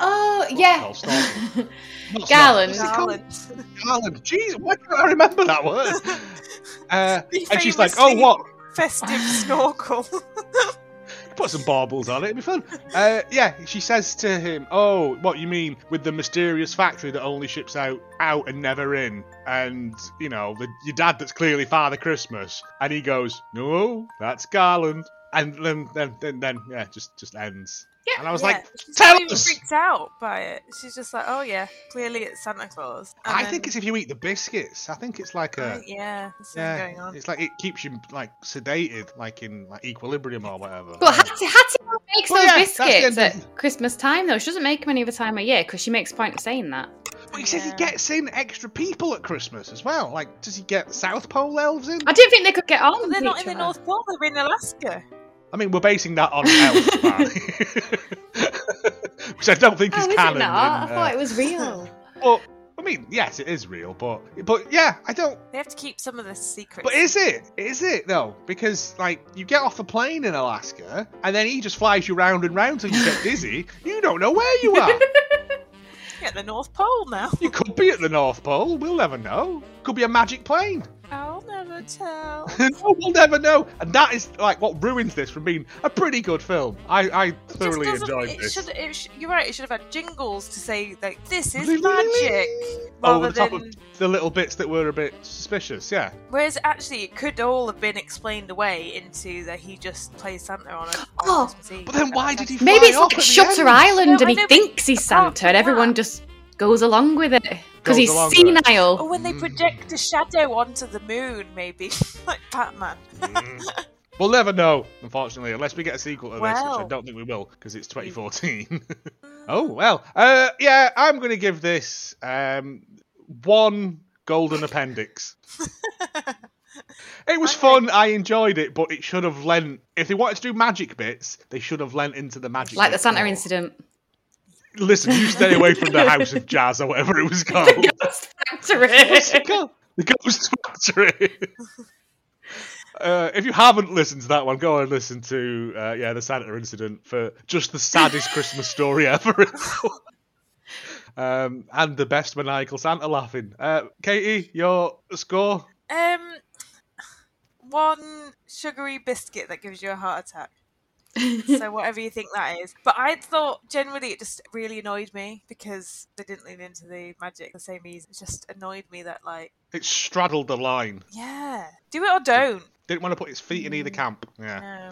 [SPEAKER 2] Oh,
[SPEAKER 1] Oh,
[SPEAKER 2] yeah.
[SPEAKER 1] stop. what's
[SPEAKER 2] Garland.
[SPEAKER 1] not- what's it called?
[SPEAKER 3] Garland.
[SPEAKER 1] Garland. Jeez, why can't I remember that word? Uh,
[SPEAKER 3] The
[SPEAKER 1] and she's like, "Oh
[SPEAKER 3] famously
[SPEAKER 1] what?
[SPEAKER 3] Festive snorkel.
[SPEAKER 1] Put some baubles on it. It'd be fun." Uh, yeah, she says to him, "Oh, what you mean with the mysterious factory that only ships out out and never in?" And you know, the, your dad that's clearly Father Christmas, and he goes, "No, that's Garland." And then, then, then, then yeah, just just ends.
[SPEAKER 2] Yeah,
[SPEAKER 1] and I was
[SPEAKER 3] Yeah,
[SPEAKER 1] like,
[SPEAKER 3] she's
[SPEAKER 1] "Tell
[SPEAKER 3] not even
[SPEAKER 1] us."
[SPEAKER 3] freaked out by it. She's just like, "Oh yeah, clearly it's Santa Claus." And
[SPEAKER 1] I
[SPEAKER 3] then-
[SPEAKER 1] think it's if you eat the biscuits. I think it's like a
[SPEAKER 3] Right, yeah, this is
[SPEAKER 1] yeah,
[SPEAKER 3] going on.
[SPEAKER 1] it's like it keeps you like sedated, like in like equilibrium or whatever.
[SPEAKER 2] But Hattie, Hattie makes
[SPEAKER 1] Well,
[SPEAKER 2] those
[SPEAKER 1] yeah, that's the
[SPEAKER 2] biscuits
[SPEAKER 1] end
[SPEAKER 2] at
[SPEAKER 1] of-
[SPEAKER 2] Christmas time, though. She doesn't make them any other time of year because she makes a point of saying that.
[SPEAKER 1] But he says he gets in extra people at Christmas as well. Like, does he get South Pole elves in?
[SPEAKER 2] I didn't think they could get on.
[SPEAKER 3] They're
[SPEAKER 2] with
[SPEAKER 3] not
[SPEAKER 2] each
[SPEAKER 3] in the
[SPEAKER 2] other.
[SPEAKER 3] North Pole, they're in Alaska.
[SPEAKER 1] I mean, we're basing that on elves, man. which I don't think
[SPEAKER 4] Oh,
[SPEAKER 1] is
[SPEAKER 4] is it
[SPEAKER 1] canon.
[SPEAKER 4] not? I
[SPEAKER 1] in, uh,
[SPEAKER 4] thought it was real.
[SPEAKER 1] Well, I mean, yes, it is real, but but yeah, I don't.
[SPEAKER 3] They have to keep some of the secrets.
[SPEAKER 1] But is it? Is it though? Because like you get off the plane in Alaska, and then he just flies you round and round till you get dizzy. You don't know where you are.
[SPEAKER 3] Yeah, the North Pole now.
[SPEAKER 1] You could be at the North Pole. We'll never know. Could be a magic plane.
[SPEAKER 3] I'll never tell.
[SPEAKER 1] no, we'll never know. And that is like what ruins this from being a pretty good film. I, I
[SPEAKER 3] Just
[SPEAKER 1] thoroughly
[SPEAKER 3] doesn't-
[SPEAKER 1] enjoyed
[SPEAKER 3] it
[SPEAKER 1] this.
[SPEAKER 3] Should, it sh- you're right. It should have had jingles to say like this is
[SPEAKER 1] Ling, ling, ling,
[SPEAKER 3] magic,
[SPEAKER 1] ling.
[SPEAKER 3] rather
[SPEAKER 1] Over the Oh, top
[SPEAKER 3] than.
[SPEAKER 1] of the little bits that were a bit suspicious. Yeah.
[SPEAKER 3] Whereas actually, it could all have been explained away into that he just plays Santa on. A, on
[SPEAKER 2] Oh,
[SPEAKER 3] Christmas Eve.
[SPEAKER 1] But then why did he? Fly
[SPEAKER 2] Maybe it's
[SPEAKER 1] off
[SPEAKER 2] like
[SPEAKER 1] at the
[SPEAKER 2] a Shutter
[SPEAKER 1] end?
[SPEAKER 2] Island,
[SPEAKER 3] No, I
[SPEAKER 2] and he
[SPEAKER 3] know, but
[SPEAKER 2] thinks he's
[SPEAKER 3] apart
[SPEAKER 2] Santa,
[SPEAKER 3] from
[SPEAKER 2] and everyone
[SPEAKER 3] that-
[SPEAKER 2] just goes along with it because
[SPEAKER 1] Goes
[SPEAKER 2] he's
[SPEAKER 1] along with it.
[SPEAKER 3] Or
[SPEAKER 2] senile.
[SPEAKER 3] when they
[SPEAKER 1] Mm.
[SPEAKER 3] project a shadow onto the moon, maybe like Batman.
[SPEAKER 1] Mm. We'll never know, unfortunately, unless we get a sequel to this, which I
[SPEAKER 3] Well. Hmm.
[SPEAKER 1] don't think we will, because it's 2014. oh well. Uh, yeah, I'm going to give this um, one golden appendix. It was
[SPEAKER 3] Okay.
[SPEAKER 1] fun. I enjoyed it, but it should have lent. If they wanted to do magic bits, they should have lent into the magic.
[SPEAKER 2] Like the
[SPEAKER 1] bits
[SPEAKER 2] Santa
[SPEAKER 1] more.
[SPEAKER 2] incident.
[SPEAKER 1] Listen, you stay away from the House of Jazz or whatever it was called.
[SPEAKER 2] Ghost Factory.
[SPEAKER 1] Go- the Ghost Factory. Uh, if you haven't listened to that one, go and listen to uh, yeah the Santa incident for just the saddest Christmas story ever, um, and the best maniacal Santa laughing. Uh, Katie, your score?
[SPEAKER 3] Um, one sugary biscuit that gives you a heart attack. so whatever you think that is. But I thought generally it just really annoyed me because they didn't lean into the magic the same ease. It just annoyed me that like,
[SPEAKER 1] It straddled the line.
[SPEAKER 3] yeah, do it or don't.
[SPEAKER 1] Didn't want to put its feet in either camp. Yeah.
[SPEAKER 3] No.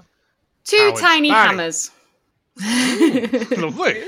[SPEAKER 2] Two
[SPEAKER 1] Howard.
[SPEAKER 2] tiny
[SPEAKER 1] Barry.
[SPEAKER 2] hammers.
[SPEAKER 1] Lovely.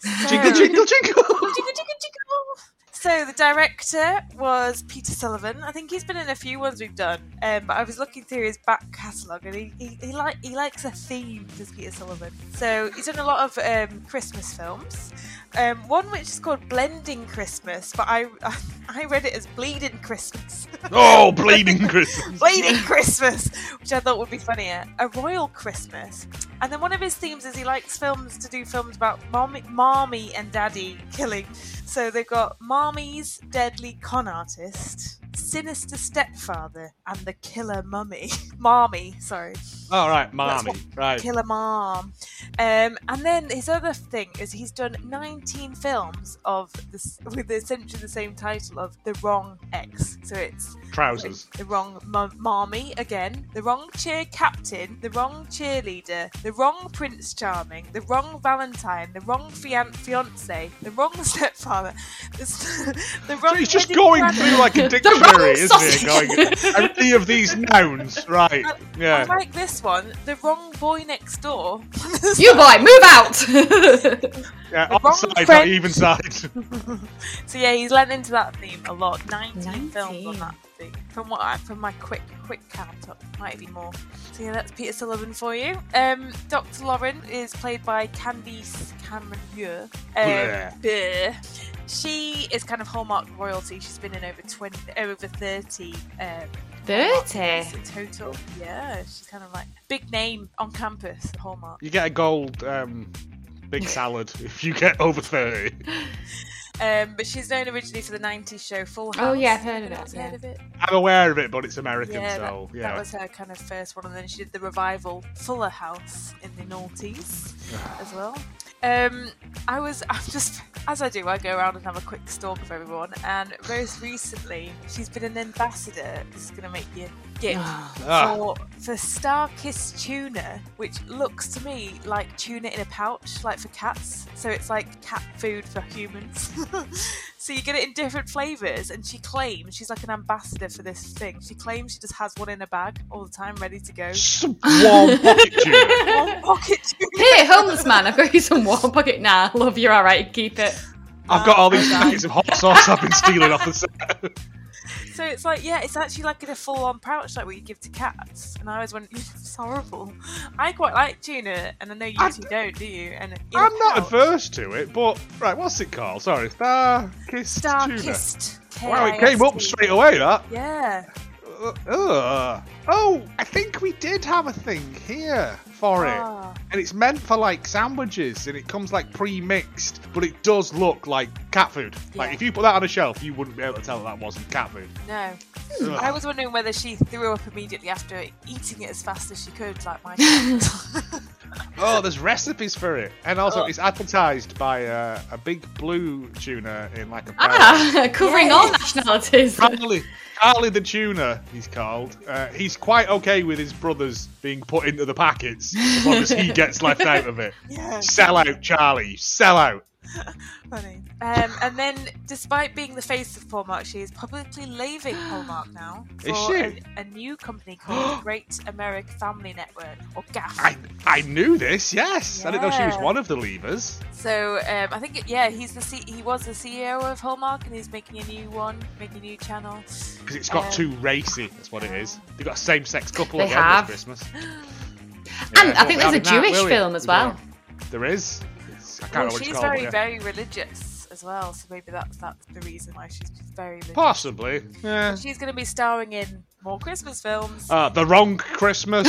[SPEAKER 3] So,
[SPEAKER 1] Jingle, jingle, jingle.
[SPEAKER 3] Jingle, jingle, jingle. So the director was Peter Sullivan. I think he's been in a few ones we've done. Um, but I was looking through his back catalogue, and he he, he, like, he likes a theme, does Peter Sullivan? So he's done a lot of um, Christmas films. Um, one which is called Blending Christmas, but I I, read it as Bleeding Christmas.
[SPEAKER 1] oh, bleeding Christmas.
[SPEAKER 3] Bleeding Christmas, which I thought would be funnier. A Royal Christmas. And then one of his themes is he likes films to do films about mommy, mommy and daddy killing. So they've got Mommy's Deadly Con Artist, Sinister Stepfather, and The Killer Mummy. Mommy, sorry.
[SPEAKER 1] All right, mommy. Right.
[SPEAKER 3] Killer Mom. Um, and then his other thing is he's done 19 films of this with essentially the same title of The Wrong X. So it's
[SPEAKER 1] Trousers.
[SPEAKER 3] the wrong mum- mommy again, the wrong cheer captain, the wrong cheerleader, the wrong prince charming, the wrong Valentine, the wrong fian- fiance, the wrong stepfather, the, s- the
[SPEAKER 1] So
[SPEAKER 3] wrong.
[SPEAKER 1] he's just
[SPEAKER 3] wedding
[SPEAKER 1] going
[SPEAKER 3] planner.
[SPEAKER 1] through like a
[SPEAKER 2] wrong
[SPEAKER 1] dictionary, isn't
[SPEAKER 2] sausage.
[SPEAKER 1] he? Going any of these nouns, right?
[SPEAKER 3] I
[SPEAKER 1] Yeah.
[SPEAKER 3] like this one, the wrong boy next door.
[SPEAKER 2] you boy, move out.
[SPEAKER 1] yeah
[SPEAKER 3] the wrong
[SPEAKER 1] odd side, not
[SPEAKER 3] friend.
[SPEAKER 1] even side.
[SPEAKER 3] So yeah, he's lent into that theme a lot. Nineteen,
[SPEAKER 4] 19.
[SPEAKER 3] films on that theme. From what I, from my quick quick count up, might be more. So yeah, that's Peter Sullivan for you. Um, Dr. Lauren is played by Candice CameronUre. Um,
[SPEAKER 1] Bleh.
[SPEAKER 3] bleh. She is kind of hallmark royalty. She's been in over twenty, over thirty. Um,
[SPEAKER 2] Thirty. Eh.
[SPEAKER 3] hallmarks in total. Yeah, she's kind of like big name on campus. Hallmark.
[SPEAKER 1] You get a gold um, big salad if you get over 30.
[SPEAKER 3] Um, but she's known originally for the '90s show Full House.
[SPEAKER 2] Oh, yeah, I've heard of
[SPEAKER 3] Anyone's
[SPEAKER 2] it, yeah.
[SPEAKER 3] Heard of it?
[SPEAKER 1] I'm aware of it, but it's American,
[SPEAKER 3] that-
[SPEAKER 1] so
[SPEAKER 3] that,
[SPEAKER 1] yeah.
[SPEAKER 3] was her kind of first one, and then she did the revival Fuller House in the noughties as well. Um, I was, I'm just, as I do, I go around and have a quick stalk of everyone. And most recently, she's been an ambassador. This is going to make you gip
[SPEAKER 1] Ah,
[SPEAKER 3] for for Star Kiss tuna, which looks to me like tuna in a pouch, like for cats. So it's like cat food for humans. so you get it in different flavors, and she claims she's like an ambassador for this thing. She claims she just has one in a bag all the time, ready to go.
[SPEAKER 1] Swarm pocket tuna.
[SPEAKER 3] One pocket tuna.
[SPEAKER 2] Here, homeless man, I've got you some warm pocket now. Love you, all right, keep it.
[SPEAKER 3] Um,
[SPEAKER 1] I've got all these packets of hot sauce I've been stealing off the set.
[SPEAKER 3] So it's like, yeah, it's actually like in a full-on pouch, like what you give to cats. And I always went, it's horrible. I quite like tuna, and I know you
[SPEAKER 1] I
[SPEAKER 3] two don't, do you? And in a
[SPEAKER 1] I'm not
[SPEAKER 3] pouch-
[SPEAKER 1] adverse to it, but right, what's it called? Sorry, Star Kiss
[SPEAKER 3] Star
[SPEAKER 1] Tuna.
[SPEAKER 3] kissed.
[SPEAKER 1] Wow, it came up
[SPEAKER 3] K-I-S-T.
[SPEAKER 1] straight away. That.
[SPEAKER 3] Yeah.
[SPEAKER 1] Uh, ugh. Oh, I think we did have a thing here for it.
[SPEAKER 3] Ah.
[SPEAKER 1] and it's meant for like sandwiches and it comes like pre-mixed but it does look like cat food like
[SPEAKER 3] Yeah.
[SPEAKER 1] if you put that on a shelf you wouldn't be able to tell that wasn't cat food
[SPEAKER 3] No.
[SPEAKER 1] Ugh.
[SPEAKER 3] I was wondering whether she threw up immediately after eating it as fast as she could, like my cat.
[SPEAKER 1] oh there's recipes for it and
[SPEAKER 3] Oh.
[SPEAKER 1] also it's advertised by uh, a big blue tuna in like a barrel.
[SPEAKER 2] Ah, covering all nationalities.
[SPEAKER 1] Charlie, Charlie the tuna, he's called. Uh, he's quite okay with his brothers being put into the packets as long as he gets left out of it.
[SPEAKER 3] yeah.
[SPEAKER 1] Sell out, Charlie, you sell out.
[SPEAKER 3] Funny. Um, and then, despite being the face of Hallmark, she is publicly leaving Hallmark now for
[SPEAKER 1] Is she?
[SPEAKER 3] A, a new company called Great American Family Network, or GAF.
[SPEAKER 1] I I knew this, yes. I didn't know she was
[SPEAKER 3] Yeah.
[SPEAKER 1] one of the levers.
[SPEAKER 3] So um, I think, yeah, he's the C- he was the CEO of Hallmark, and he's making a new one, making a new channel.
[SPEAKER 1] Because it's got
[SPEAKER 3] Um,
[SPEAKER 1] too racy. That's what it is. They've got a same-sex couple
[SPEAKER 2] They
[SPEAKER 1] again
[SPEAKER 2] have.
[SPEAKER 1] this Christmas.
[SPEAKER 2] And
[SPEAKER 1] Yeah,
[SPEAKER 2] I think
[SPEAKER 1] we'll
[SPEAKER 2] there's
[SPEAKER 1] be
[SPEAKER 2] a
[SPEAKER 1] having that,
[SPEAKER 2] Jewish
[SPEAKER 1] will we?
[SPEAKER 2] film as well.
[SPEAKER 1] There is. It's- I can't
[SPEAKER 3] Well,
[SPEAKER 1] remember what
[SPEAKER 3] she's
[SPEAKER 1] it's called.
[SPEAKER 3] very,
[SPEAKER 1] but yeah.
[SPEAKER 3] very religious as well, so maybe that's that's the reason why she's very religious.
[SPEAKER 1] Possibly. Yeah.
[SPEAKER 3] She's going to be starring in more Christmas films.
[SPEAKER 1] Uh, the wrong Christmas.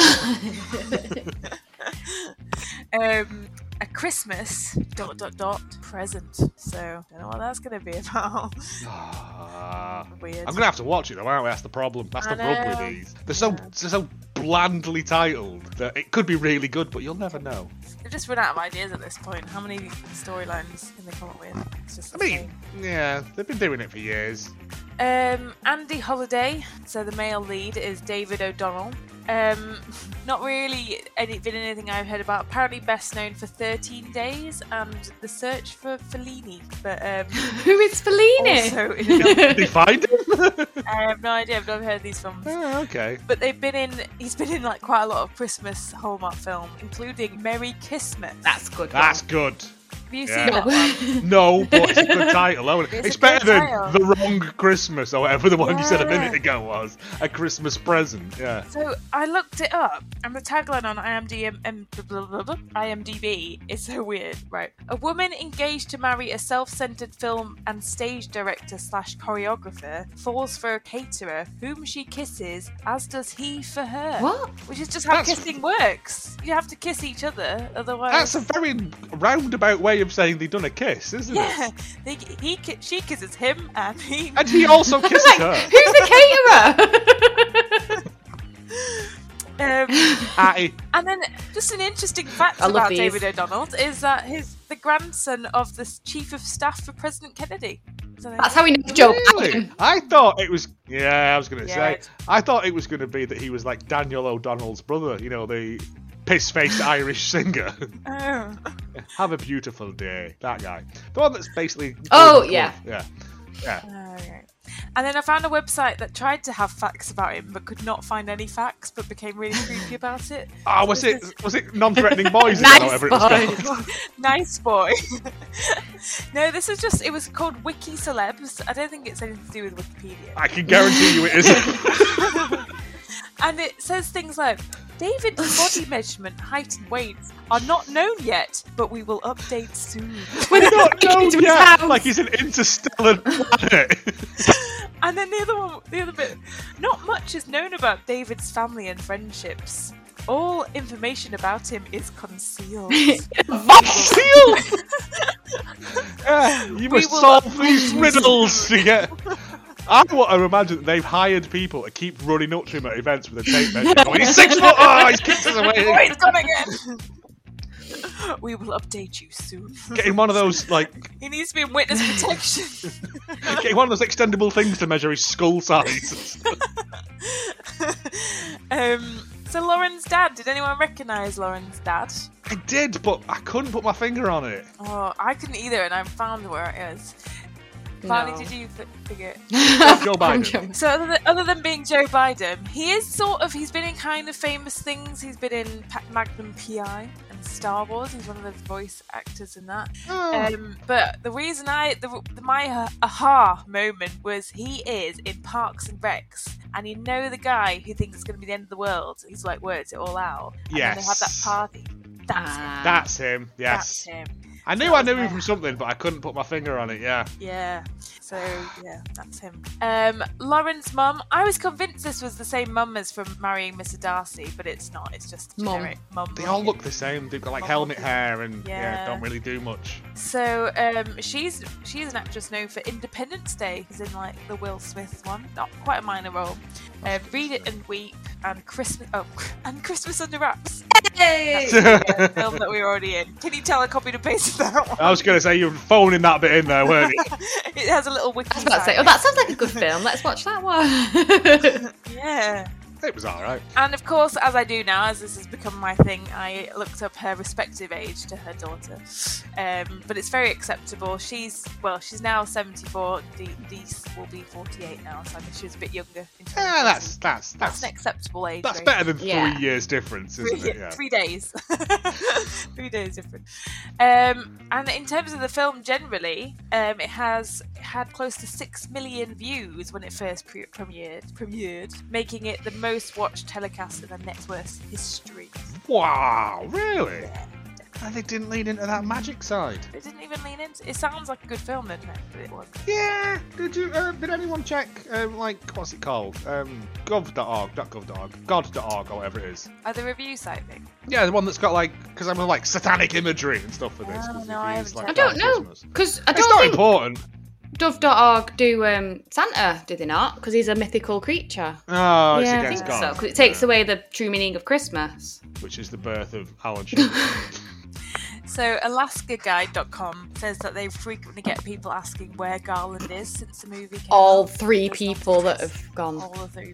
[SPEAKER 3] um, a Christmas dot dot dot present. So don't know what that's going to be about.
[SPEAKER 1] Ah.
[SPEAKER 3] Weird.
[SPEAKER 1] I'm gonna have to watch it though, aren't we? That's the problem. That's the
[SPEAKER 3] I
[SPEAKER 1] rub with
[SPEAKER 3] know.
[SPEAKER 1] these. They're so they're so blandly titled that it could be really good, but you'll never know.
[SPEAKER 3] They've just run out of ideas at this point. How many storylines can they come up with? It's just.
[SPEAKER 1] I mean, yeah, they've been doing it for years.
[SPEAKER 3] insane. um, Andy Holiday. So the male lead is David O'Donnell. Um, not really any, been anything I've heard about. Apparently, best known for 13 Days and The Search for Fellini. But um,
[SPEAKER 2] Who is Fellini?
[SPEAKER 3] also, in another-
[SPEAKER 1] Did they find him?
[SPEAKER 3] I have no idea. I've never heard of these films.
[SPEAKER 1] Ah, okay.
[SPEAKER 3] But they've been in. He's been in like quite a lot of Christmas Hallmark film, including Merry Christmas.
[SPEAKER 2] That's good. one.
[SPEAKER 1] That's good.
[SPEAKER 3] Have you
[SPEAKER 1] yeah.
[SPEAKER 3] seen that one?
[SPEAKER 1] No, but it's a good title. though, isn't it?
[SPEAKER 3] It's
[SPEAKER 1] It's,
[SPEAKER 3] a
[SPEAKER 1] better
[SPEAKER 3] good
[SPEAKER 1] than
[SPEAKER 3] title.
[SPEAKER 1] The Wrong Christmas or whatever the one you said a minute
[SPEAKER 3] Yeah.
[SPEAKER 1] ago was. A Christmas present, yeah.
[SPEAKER 3] So I looked it up, and the tagline on IMDb, um, blah, blah, blah, blah, IMDb is so weird, right? A woman engaged to marry a self-centered film and stage director slash choreographer falls for a caterer whom she kisses, as does he for her.
[SPEAKER 2] What?
[SPEAKER 3] Which is just how
[SPEAKER 1] That's-
[SPEAKER 3] kissing works. You have to kiss each other, otherwise.
[SPEAKER 1] That's a very roundabout way of saying they've done a kiss, isn't
[SPEAKER 3] yeah.
[SPEAKER 1] it?
[SPEAKER 3] They, he ki- she kisses him, and he
[SPEAKER 1] And he also kissed her.
[SPEAKER 2] Who's the caterer?
[SPEAKER 3] um,
[SPEAKER 1] Atty.
[SPEAKER 3] And then, just an interesting fact
[SPEAKER 2] I love
[SPEAKER 3] about
[SPEAKER 2] these.
[SPEAKER 3] David O'Donnell is that he's the grandson of the s- chief of staff for President Kennedy. So there
[SPEAKER 2] That's
[SPEAKER 3] you
[SPEAKER 2] how we know Joe
[SPEAKER 1] Really?
[SPEAKER 2] Biden.
[SPEAKER 1] I thought it was. Yeah, I was going to
[SPEAKER 3] Yeah,
[SPEAKER 1] say.
[SPEAKER 3] it's-
[SPEAKER 1] I thought it was going to be that he was like Daniel O'Donnell's brother, you know, the piss faced Irish singer.
[SPEAKER 3] go. Oh.
[SPEAKER 1] Have a beautiful day. That guy. The one that's basically.
[SPEAKER 2] Oh, yeah.
[SPEAKER 1] Yeah.
[SPEAKER 3] Okay. Oh, And then I found a website that tried to have facts about him but could not find any facts, but became really creepy about it.
[SPEAKER 1] Oh, was it was it non-threatening boys?
[SPEAKER 2] Nice
[SPEAKER 1] or whatever it was called?
[SPEAKER 2] boys.
[SPEAKER 3] nice boy. no, this is just—it was called Wiki Celebs. I don't think it's anything to do with Wikipedia.
[SPEAKER 1] I can guarantee you it isn't.
[SPEAKER 3] And it says things like David's body measurement, height, and weight are not known yet, but we will update soon.
[SPEAKER 2] We're not
[SPEAKER 1] no,
[SPEAKER 2] going to his
[SPEAKER 1] yeah,
[SPEAKER 2] house.
[SPEAKER 1] like he's an interstellar planet.
[SPEAKER 3] and then the other one, the other bit, not much is known about David's family and friendships. All information about him is concealed.
[SPEAKER 2] Vox.
[SPEAKER 1] Yeah, you must
[SPEAKER 3] will-
[SPEAKER 1] solve these riddles to get. I want to imagine that they've hired people to keep running up to him at events with a tape measure. Oh, he's six foot. Oh, he's kicked us
[SPEAKER 3] oh,
[SPEAKER 1] away.
[SPEAKER 3] it's gone again. we will update you soon.
[SPEAKER 1] Getting one of those like,
[SPEAKER 3] He needs to be in witness protection.
[SPEAKER 1] getting one of those extendable things to measure his skull size.
[SPEAKER 3] um, so Lauren's dad. Did anyone recognise Lauren's dad?
[SPEAKER 1] I did, but I couldn't put my finger on it.
[SPEAKER 3] Oh, I couldn't either, and I found where it is. Finally,
[SPEAKER 2] No.
[SPEAKER 3] did you f- figure it?
[SPEAKER 1] Joe
[SPEAKER 2] From
[SPEAKER 1] Biden.
[SPEAKER 2] Joe-
[SPEAKER 3] So other than, other than being Joe Biden, he is sort of he's been in kind of famous things. He's been in Pa- Magnum PI and Star Wars. He's one of the voice actors in that.
[SPEAKER 1] Oh. Hmm.
[SPEAKER 3] Um, but the reason I the, the my aha moment was he is in Parks and Recs, and you know the guy who thinks it's going to be the end of the world. He's like words it all out. And then they have that
[SPEAKER 1] Yes.
[SPEAKER 3] party. That's him.
[SPEAKER 2] Ah.
[SPEAKER 1] That's him. Yes.
[SPEAKER 3] That's him.
[SPEAKER 1] I knew I
[SPEAKER 3] That was
[SPEAKER 1] knew him
[SPEAKER 3] there.
[SPEAKER 1] from something, but I couldn't put my finger on it. Yeah.
[SPEAKER 3] Yeah. So yeah, that's him. Um, Lauren's mum. I was convinced this was the same mum as from marrying Mr. Darcy, but it's not. It's just
[SPEAKER 2] Mum.
[SPEAKER 3] generic mum.
[SPEAKER 1] They all look the same. They've got like helmet hair and yeah,
[SPEAKER 3] Yeah.
[SPEAKER 1] don't really do much.
[SPEAKER 3] So um, she's she's an actress known for Independence Day. She's in like the Will Smith one, not quite a minor role. Uh, Read it and weep and Christmas. Oh, and Christmas under wraps.
[SPEAKER 4] Hey!
[SPEAKER 3] the film that we were already in. Can you tell I copied and pasted that one?
[SPEAKER 1] I was gonna say you're phoning that bit in there, weren't you?
[SPEAKER 3] It has a little wiki.
[SPEAKER 2] I was about to say,
[SPEAKER 3] site.
[SPEAKER 2] oh, that sounds like a good film. Let's watch that one.
[SPEAKER 3] yeah.
[SPEAKER 1] it was all right.
[SPEAKER 3] And of course, as I do now, as this has become my thing, I looked up her respective age to her daughter. Um, but it's very acceptable. She's, well, she's now 74. De- Dees will be 48 now, so I think she was a bit younger. in terms
[SPEAKER 1] Yeah,
[SPEAKER 3] of-
[SPEAKER 1] Ah, that's that's that's
[SPEAKER 3] that's an acceptable age.
[SPEAKER 1] that's
[SPEAKER 3] really.
[SPEAKER 1] better than three
[SPEAKER 2] Yeah.
[SPEAKER 1] years difference, isn't
[SPEAKER 3] Three,
[SPEAKER 1] it? Yeah.
[SPEAKER 3] three days. three days different. Um, and in terms of the film generally, um, it has had close to six million views when it first pre- premiered, premiered, making it the most watched telecast in the network's history.
[SPEAKER 1] Wow, really? And they didn't lean into that magic side.
[SPEAKER 3] It didn't even lean into. It sounds like a good film, doesn't it? But it wasn't.
[SPEAKER 1] Yeah. Did you? Uh, did anyone check? Um, like, what's it called? Um, gov.org, not gov.org, god.org, or whatever it is.
[SPEAKER 3] Oh, the review site thing.
[SPEAKER 1] Yeah, the one that's got like, because I'm like satanic imagery and stuff for this. 'cause
[SPEAKER 3] Oh,
[SPEAKER 1] they
[SPEAKER 3] no, I
[SPEAKER 1] use,
[SPEAKER 3] haven't
[SPEAKER 1] like,
[SPEAKER 2] I don't
[SPEAKER 1] Dark
[SPEAKER 2] know.
[SPEAKER 1] Christmas.
[SPEAKER 2] Because I
[SPEAKER 1] It's not
[SPEAKER 2] don't think
[SPEAKER 1] important.
[SPEAKER 2] Dove.org do um, Santa, do they not? Because he's a mythical creature.
[SPEAKER 1] Oh, it's
[SPEAKER 2] yeah, I
[SPEAKER 1] against
[SPEAKER 2] think so.
[SPEAKER 1] God,
[SPEAKER 2] 'Cause it takes away the true meaning of Christmas.
[SPEAKER 1] which is the birth of Alan. Shearer.
[SPEAKER 3] So, AlaskaGuide.com says that they frequently get people asking where Garland is since the movie came
[SPEAKER 2] All
[SPEAKER 3] out.
[SPEAKER 2] three
[SPEAKER 3] There's not
[SPEAKER 2] people that
[SPEAKER 3] text.
[SPEAKER 2] have gone.
[SPEAKER 3] All of the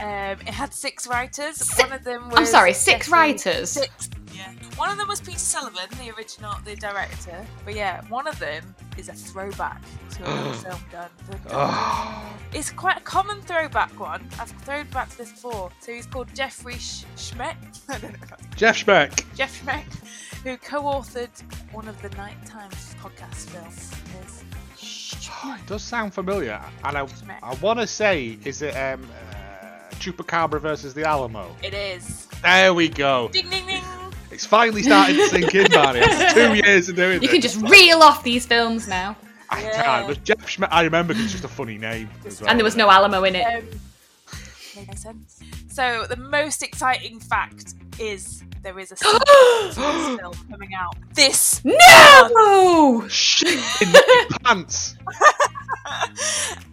[SPEAKER 3] Um, it had six writers.
[SPEAKER 2] Si-
[SPEAKER 3] One of them was.
[SPEAKER 2] I'm sorry, six
[SPEAKER 3] Jeffrey-
[SPEAKER 2] writers.
[SPEAKER 3] Six. Yeah. One of them was Peter Sullivan, the original, the director. But yeah, one of them is a throwback to another film done. done,
[SPEAKER 1] Uh.
[SPEAKER 3] done. it's quite a common throwback one. I've thrown back to this before. So he's called Jeffrey Sh- Schmeck. I don't know. if that's-
[SPEAKER 1] Jeff Speck.
[SPEAKER 3] Jeff Schmeck, who co-authored one of the nighttime podcast films. Is
[SPEAKER 1] Oh, It does sound familiar, and I, I want to say, is it um, uh, Chupacabra versus the Alamo?
[SPEAKER 3] It is.
[SPEAKER 1] There we go.
[SPEAKER 3] Ding ding ding.
[SPEAKER 1] It's finally starting to sink in, Barney. After two years of doing
[SPEAKER 2] You can
[SPEAKER 1] this.
[SPEAKER 2] just reel off these films now.
[SPEAKER 1] I
[SPEAKER 3] Yeah.
[SPEAKER 1] can't. But Jeff Schmidt, I remember 'cause it's just a funny name. as well,
[SPEAKER 2] And there was no
[SPEAKER 1] isn't
[SPEAKER 2] Alamo in it.
[SPEAKER 3] Um, made no sense. So the most exciting fact is there is a sequel to this film coming out this
[SPEAKER 2] No!
[SPEAKER 1] it? Shit in your pants.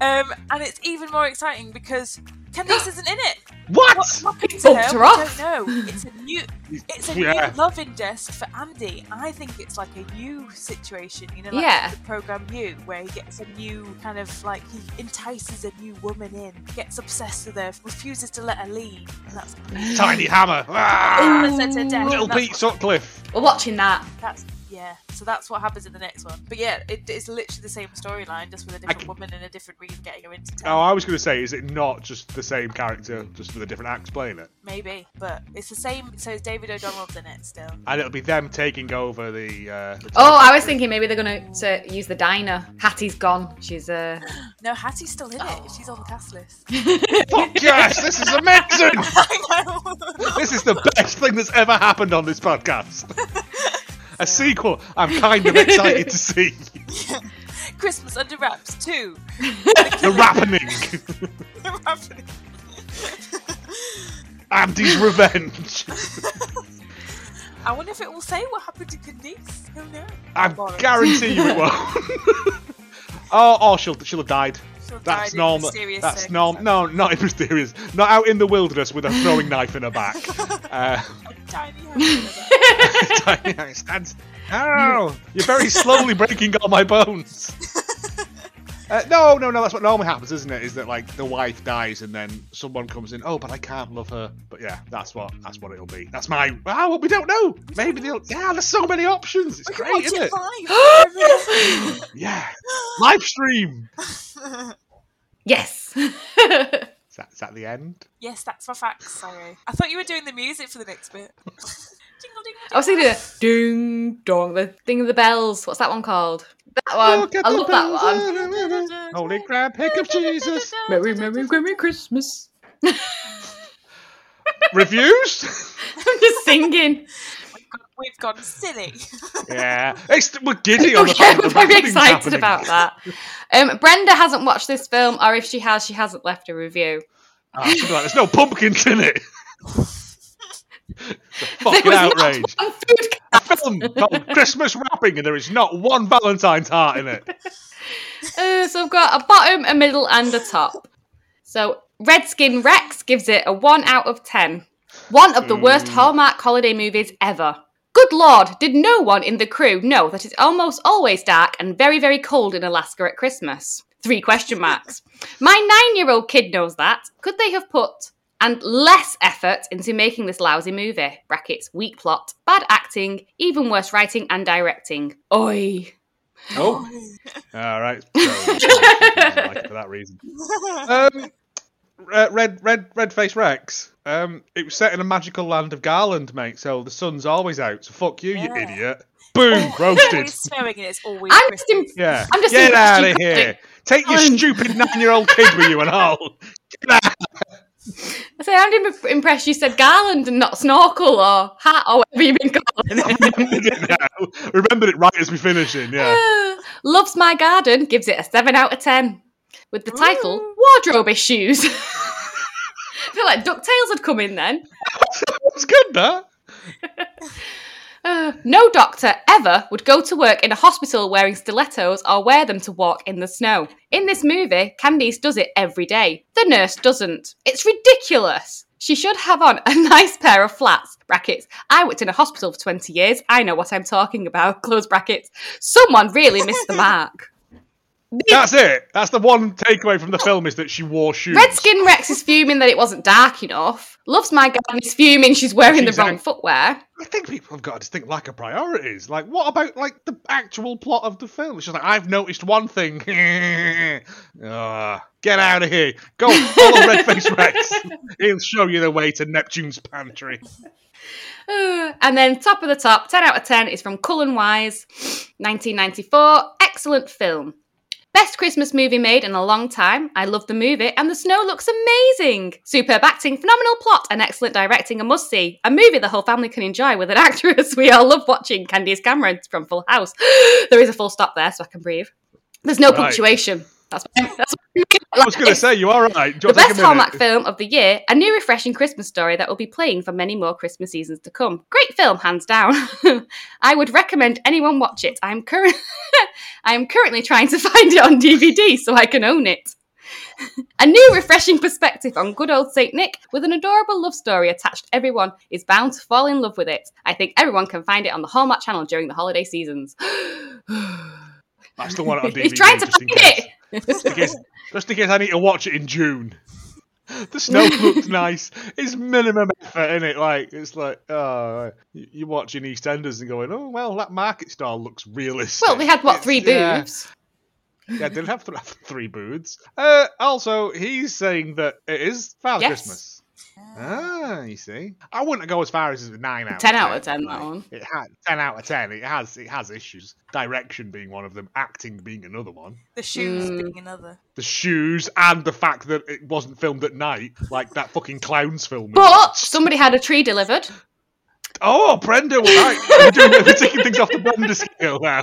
[SPEAKER 3] um, and it's even more exciting because Candice isn't in it.
[SPEAKER 1] What?
[SPEAKER 3] What's happened to
[SPEAKER 2] bumped
[SPEAKER 3] her?
[SPEAKER 2] her off.
[SPEAKER 3] I don't know. It's a new, it's a
[SPEAKER 1] Yeah.
[SPEAKER 3] new love interest for Andy. I think it's like a new situation, you know, like
[SPEAKER 2] Yeah.
[SPEAKER 3] the program You, where he gets a new kind of like he entices a new woman in, gets obsessed with her, refuses to let her leave, and that's
[SPEAKER 1] Tiny hammer. Ah!
[SPEAKER 3] that's her to death.
[SPEAKER 1] Little
[SPEAKER 3] And that's
[SPEAKER 1] Pete Sutcliffe.
[SPEAKER 2] We're watching that.
[SPEAKER 3] That's yeah. So that's what happens in the next one. But yeah, it, it's literally the same storyline, just with a different
[SPEAKER 1] can-
[SPEAKER 3] woman and a different reason getting her into
[SPEAKER 1] Oh,
[SPEAKER 3] town.
[SPEAKER 1] I was going to say, is it not just the same character, just with a different act playing it?
[SPEAKER 3] Maybe, but it's the same. So David O'Donnell's in it still.
[SPEAKER 1] And it'll be them taking over the. Uh, the
[SPEAKER 2] Oh, I was thinking maybe they're going to use the diner. Hattie's gone. She's uh...
[SPEAKER 3] No, Hattie's still in it. She's on the cast list.
[SPEAKER 1] Oh, Fuck yes, this is amazing!
[SPEAKER 3] I know.
[SPEAKER 1] This is the best thing that's ever happened on this podcast. A sequel I'm kind of excited to see.
[SPEAKER 3] Christmas under wraps too.
[SPEAKER 1] The Rappening. Andy's Revenge.
[SPEAKER 3] I wonder if it will say what happened to Candice. Who knows?
[SPEAKER 1] I
[SPEAKER 3] Lawrence.
[SPEAKER 1] guarantee you it won't. oh, oh, she'll she'll have died.
[SPEAKER 3] She'll have
[SPEAKER 1] That's
[SPEAKER 3] died in
[SPEAKER 1] normal.
[SPEAKER 3] mysterious
[SPEAKER 1] That's normal. No, not in mysterious. Not out in the wilderness with a throwing knife in her back. Uh,
[SPEAKER 3] Tiny hand.
[SPEAKER 1] Diane stands. Ow! You're very slowly breaking all my bones. Uh, no, no, no. That's what normally happens, isn't it? Is that like the wife dies and then someone comes in. Oh, but I can't love her. But yeah, that's what that's what it'll be. That's my. Ah, well, we don't know. Maybe they'll. Yeah, there's so many options. It's great, isn't it? Yeah, live stream.
[SPEAKER 2] Yes.
[SPEAKER 1] Is that, is that the end?
[SPEAKER 3] yes, that's my facts. Sorry, I thought you were doing the music for the next bit. jingle, jingle,
[SPEAKER 2] I was thinking of ding dong, the thing of the bells. What's that one called? That one. Um, I love that one.
[SPEAKER 1] that one. Holy crap! Hiccup Jesus.
[SPEAKER 2] Merry, merry, merry Christmas.
[SPEAKER 1] Reviews.
[SPEAKER 2] I'm just singing.
[SPEAKER 3] We've gone, we've gone silly.
[SPEAKER 1] yeah, it's, we're giddy on
[SPEAKER 2] Oh
[SPEAKER 1] the
[SPEAKER 2] yeah,
[SPEAKER 1] fact
[SPEAKER 2] I'm
[SPEAKER 1] that
[SPEAKER 2] very
[SPEAKER 1] nothing's
[SPEAKER 2] excited
[SPEAKER 1] happening.
[SPEAKER 2] about that. Um, Brenda hasn't watched this film, or if she has, she hasn't left a review.
[SPEAKER 1] Ah, something like, There's no pumpkins in it. It's a
[SPEAKER 2] There
[SPEAKER 1] fucking
[SPEAKER 2] was not
[SPEAKER 1] outrage.
[SPEAKER 2] one food ca-
[SPEAKER 1] A film called Christmas wrapping, and there is not one Valentine's heart in it.
[SPEAKER 2] Uh, so I've got a bottom, a middle, and a top. So Redskin Rex gives it a one out of ten. One of the worst Hallmark holiday movies ever. Good lord, did no one in the crew know that it's almost always dark and very, very cold in Alaska at Christmas? Three question marks. My nine year old kid knows that. Could they have put and less effort into making this lousy movie? Brackets, weak plot, bad acting, even worse writing and directing. Oi.
[SPEAKER 1] Oh, all right. So, I like it for that reason. Um, uh, red, red, red face Rex. Um, it was set in a magical land of Garland, mate. So the sun's always out. So fuck you, you
[SPEAKER 3] Yeah.
[SPEAKER 1] idiot. Boom, roasted.
[SPEAKER 3] It's snowing and it's always
[SPEAKER 2] I'm just
[SPEAKER 3] Christmas.
[SPEAKER 2] in
[SPEAKER 1] Yeah.
[SPEAKER 2] I'm just
[SPEAKER 1] Get
[SPEAKER 2] thinking
[SPEAKER 1] out of
[SPEAKER 2] stupid
[SPEAKER 1] here.
[SPEAKER 2] thing.
[SPEAKER 1] Take your
[SPEAKER 2] I'm-
[SPEAKER 1] stupid nine-year-old kid with you and all.
[SPEAKER 2] I say, I'm im- impressed you said garland and not snorkel or hat or whatever you've been calling
[SPEAKER 1] remembered it now. Remembered it right as we finishing. Yeah.
[SPEAKER 2] it. Loves My Garden gives it a 7 out of 10 with the title Wardrobe Issues. I feel like DuckTales had come in then.
[SPEAKER 1] That's good, that.
[SPEAKER 2] Uh, no doctor ever would go to work in a hospital wearing stilettos or wear them to walk in the snow. In this movie, Candice does it every day. The nurse doesn't. It's ridiculous. She should have on a nice pair of flats. Brackets. I worked in a hospital for 20 years. I know what I'm talking about. Close brackets. Someone really missed the mark.
[SPEAKER 1] That's it. That's the one takeaway from the film is that she wore shoes.
[SPEAKER 2] Redskin Rex is fuming that it wasn't dark enough. Loves my garden is fuming she's wearing
[SPEAKER 1] She's
[SPEAKER 2] the wrong
[SPEAKER 1] out.
[SPEAKER 2] footwear.
[SPEAKER 1] I think people have got a distinct lack of priorities. Like, what about like the actual plot of the film? She's like, I've noticed one thing. Ah, get out of here. Go follow Red Face Rex. He'll show you the way to Neptune's pantry.
[SPEAKER 2] Uh, and then top of the top, 10 out of 10 is from Cullen Wise, 1994. Excellent film. Best Christmas movie made in a long time. I love the movie and the snow looks amazing. Superb acting, phenomenal plot, and excellent directing a must see. A movie the whole family can enjoy with an actress we all love watching, Candice Cameron from Full House. there is a full stop there so I can breathe. There's no
[SPEAKER 1] Right.
[SPEAKER 2] punctuation. That's that's what
[SPEAKER 1] I was going to say, you are right. Do you want
[SPEAKER 2] the
[SPEAKER 1] to take a
[SPEAKER 2] best
[SPEAKER 1] minute?
[SPEAKER 2] Hallmark film of the year, a new refreshing Christmas story that will be playing for many more Christmas seasons to come. Great film, hands down. I would recommend anyone watch it. I'm current I am currently trying to find it on DVD so I can own it. a new refreshing perspective on good old St. Nick with an adorable love story attached. Everyone is bound to fall in love with it. I think everyone can find it on the Hallmark channel during the holiday seasons.
[SPEAKER 1] I still want it on DVD.
[SPEAKER 2] He's trying to
[SPEAKER 1] just in
[SPEAKER 2] find
[SPEAKER 1] case.
[SPEAKER 2] it.
[SPEAKER 1] Just in case- just in case I need to watch it in June. The snow looks nice. It's minimum effort, is it? Like it's like, oh, you- you're watching EastEnders and going, oh well, that market stall looks realistic.
[SPEAKER 2] Well, they had what
[SPEAKER 1] It's-
[SPEAKER 2] three
[SPEAKER 1] yeah.
[SPEAKER 2] booths?
[SPEAKER 1] Yeah, they did have th- three booths. Uh, also, he's saying that it is Father
[SPEAKER 2] Yes.
[SPEAKER 1] Christmas. Ah, you see, I wouldn't go as far as a nine out.
[SPEAKER 2] 10
[SPEAKER 1] of
[SPEAKER 2] out of 10, that
[SPEAKER 1] like,
[SPEAKER 2] one.
[SPEAKER 1] It had ten out of ten. It has it has issues. Direction being one of them, acting being another one
[SPEAKER 3] The shoes
[SPEAKER 2] Hmm.
[SPEAKER 3] being another.
[SPEAKER 1] the shoes and the fact that it wasn't filmed at night, like that fucking clowns film. we
[SPEAKER 2] But
[SPEAKER 1] watched.
[SPEAKER 2] somebody had a tree delivered.
[SPEAKER 1] oh, Brenda, we're right. we're, doing, we're taking things off the Brenda scale now.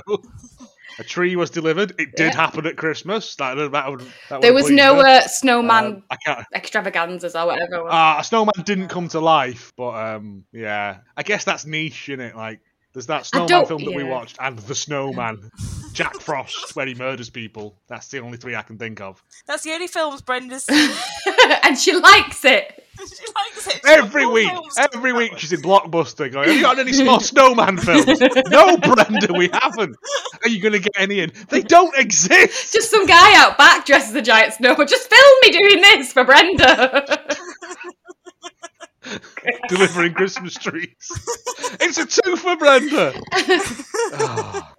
[SPEAKER 1] A tree was delivered. It did
[SPEAKER 2] Yeah.
[SPEAKER 1] happen at Christmas. That, that, would, that
[SPEAKER 2] There
[SPEAKER 1] would
[SPEAKER 2] was
[SPEAKER 1] please
[SPEAKER 2] no
[SPEAKER 1] her.
[SPEAKER 2] uh, snowman
[SPEAKER 1] Um, I can't. uh,
[SPEAKER 2] extravaganzas or whatever. it was.
[SPEAKER 1] Ah, a snowman didn't come to life, but um, yeah, I guess that's niche, is it? Like There's that
[SPEAKER 2] I
[SPEAKER 1] Snowman
[SPEAKER 2] don't-
[SPEAKER 1] film that we
[SPEAKER 2] yeah.
[SPEAKER 1] watched and The Snowman, Jack Frost, where he murders people. That's the only three I can think of.
[SPEAKER 3] That's the only films Brenda's seen.
[SPEAKER 2] and she likes it.
[SPEAKER 3] she likes it. She's got
[SPEAKER 1] Every
[SPEAKER 3] all
[SPEAKER 1] week,
[SPEAKER 3] films to
[SPEAKER 1] every
[SPEAKER 3] talk
[SPEAKER 1] week
[SPEAKER 3] about.
[SPEAKER 1] she's in Blockbuster going, Have you got any more Snowman films? no, Brenda, we haven't. Are you going to get any in? They don't exist.
[SPEAKER 2] Just some guy out back dressed as a giant snowman. Just film me doing this for Brenda.
[SPEAKER 1] delivering Christmas trees. It's a two for Brenda. Ah.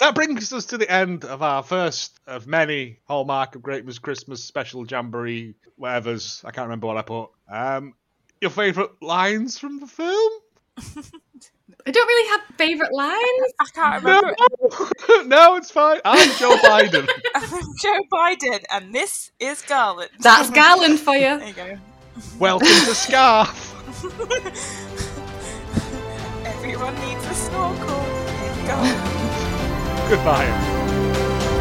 [SPEAKER 1] That brings us to the end of our first of many hallmark of Greatmas Christmas special jamboree whatever's. I can't remember what I put. Um, your favourite lines from the film?
[SPEAKER 2] I don't really have favourite lines.
[SPEAKER 3] I can't
[SPEAKER 1] No,
[SPEAKER 3] remember.
[SPEAKER 1] no, it's fine. I'm Joe Biden.
[SPEAKER 3] Joe Biden, and this is Garland.
[SPEAKER 2] That's Garland for you.
[SPEAKER 3] There you go.
[SPEAKER 1] Welcome to Scarf.
[SPEAKER 3] Everyone needs a snorkel. Here you go.
[SPEAKER 1] Goodbye.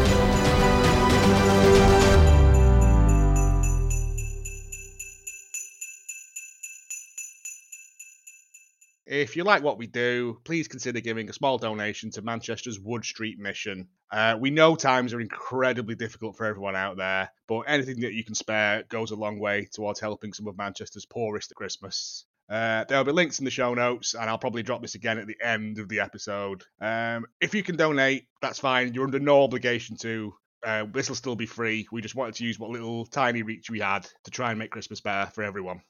[SPEAKER 1] If you like what we do, please consider giving a small donation to Manchester's Wood Street Mission. Uh, we know times are incredibly difficult for everyone out there, but anything that you can spare goes a long way towards helping some of Manchester's poorest at Christmas. Uh, there'll be links in the show notes, and I'll probably drop this again at the end of the episode. Um, if you can donate, that's fine. You're under no obligation to. Uh, this will still be free. We just wanted to use what little tiny reach we had to try and make Christmas better for everyone.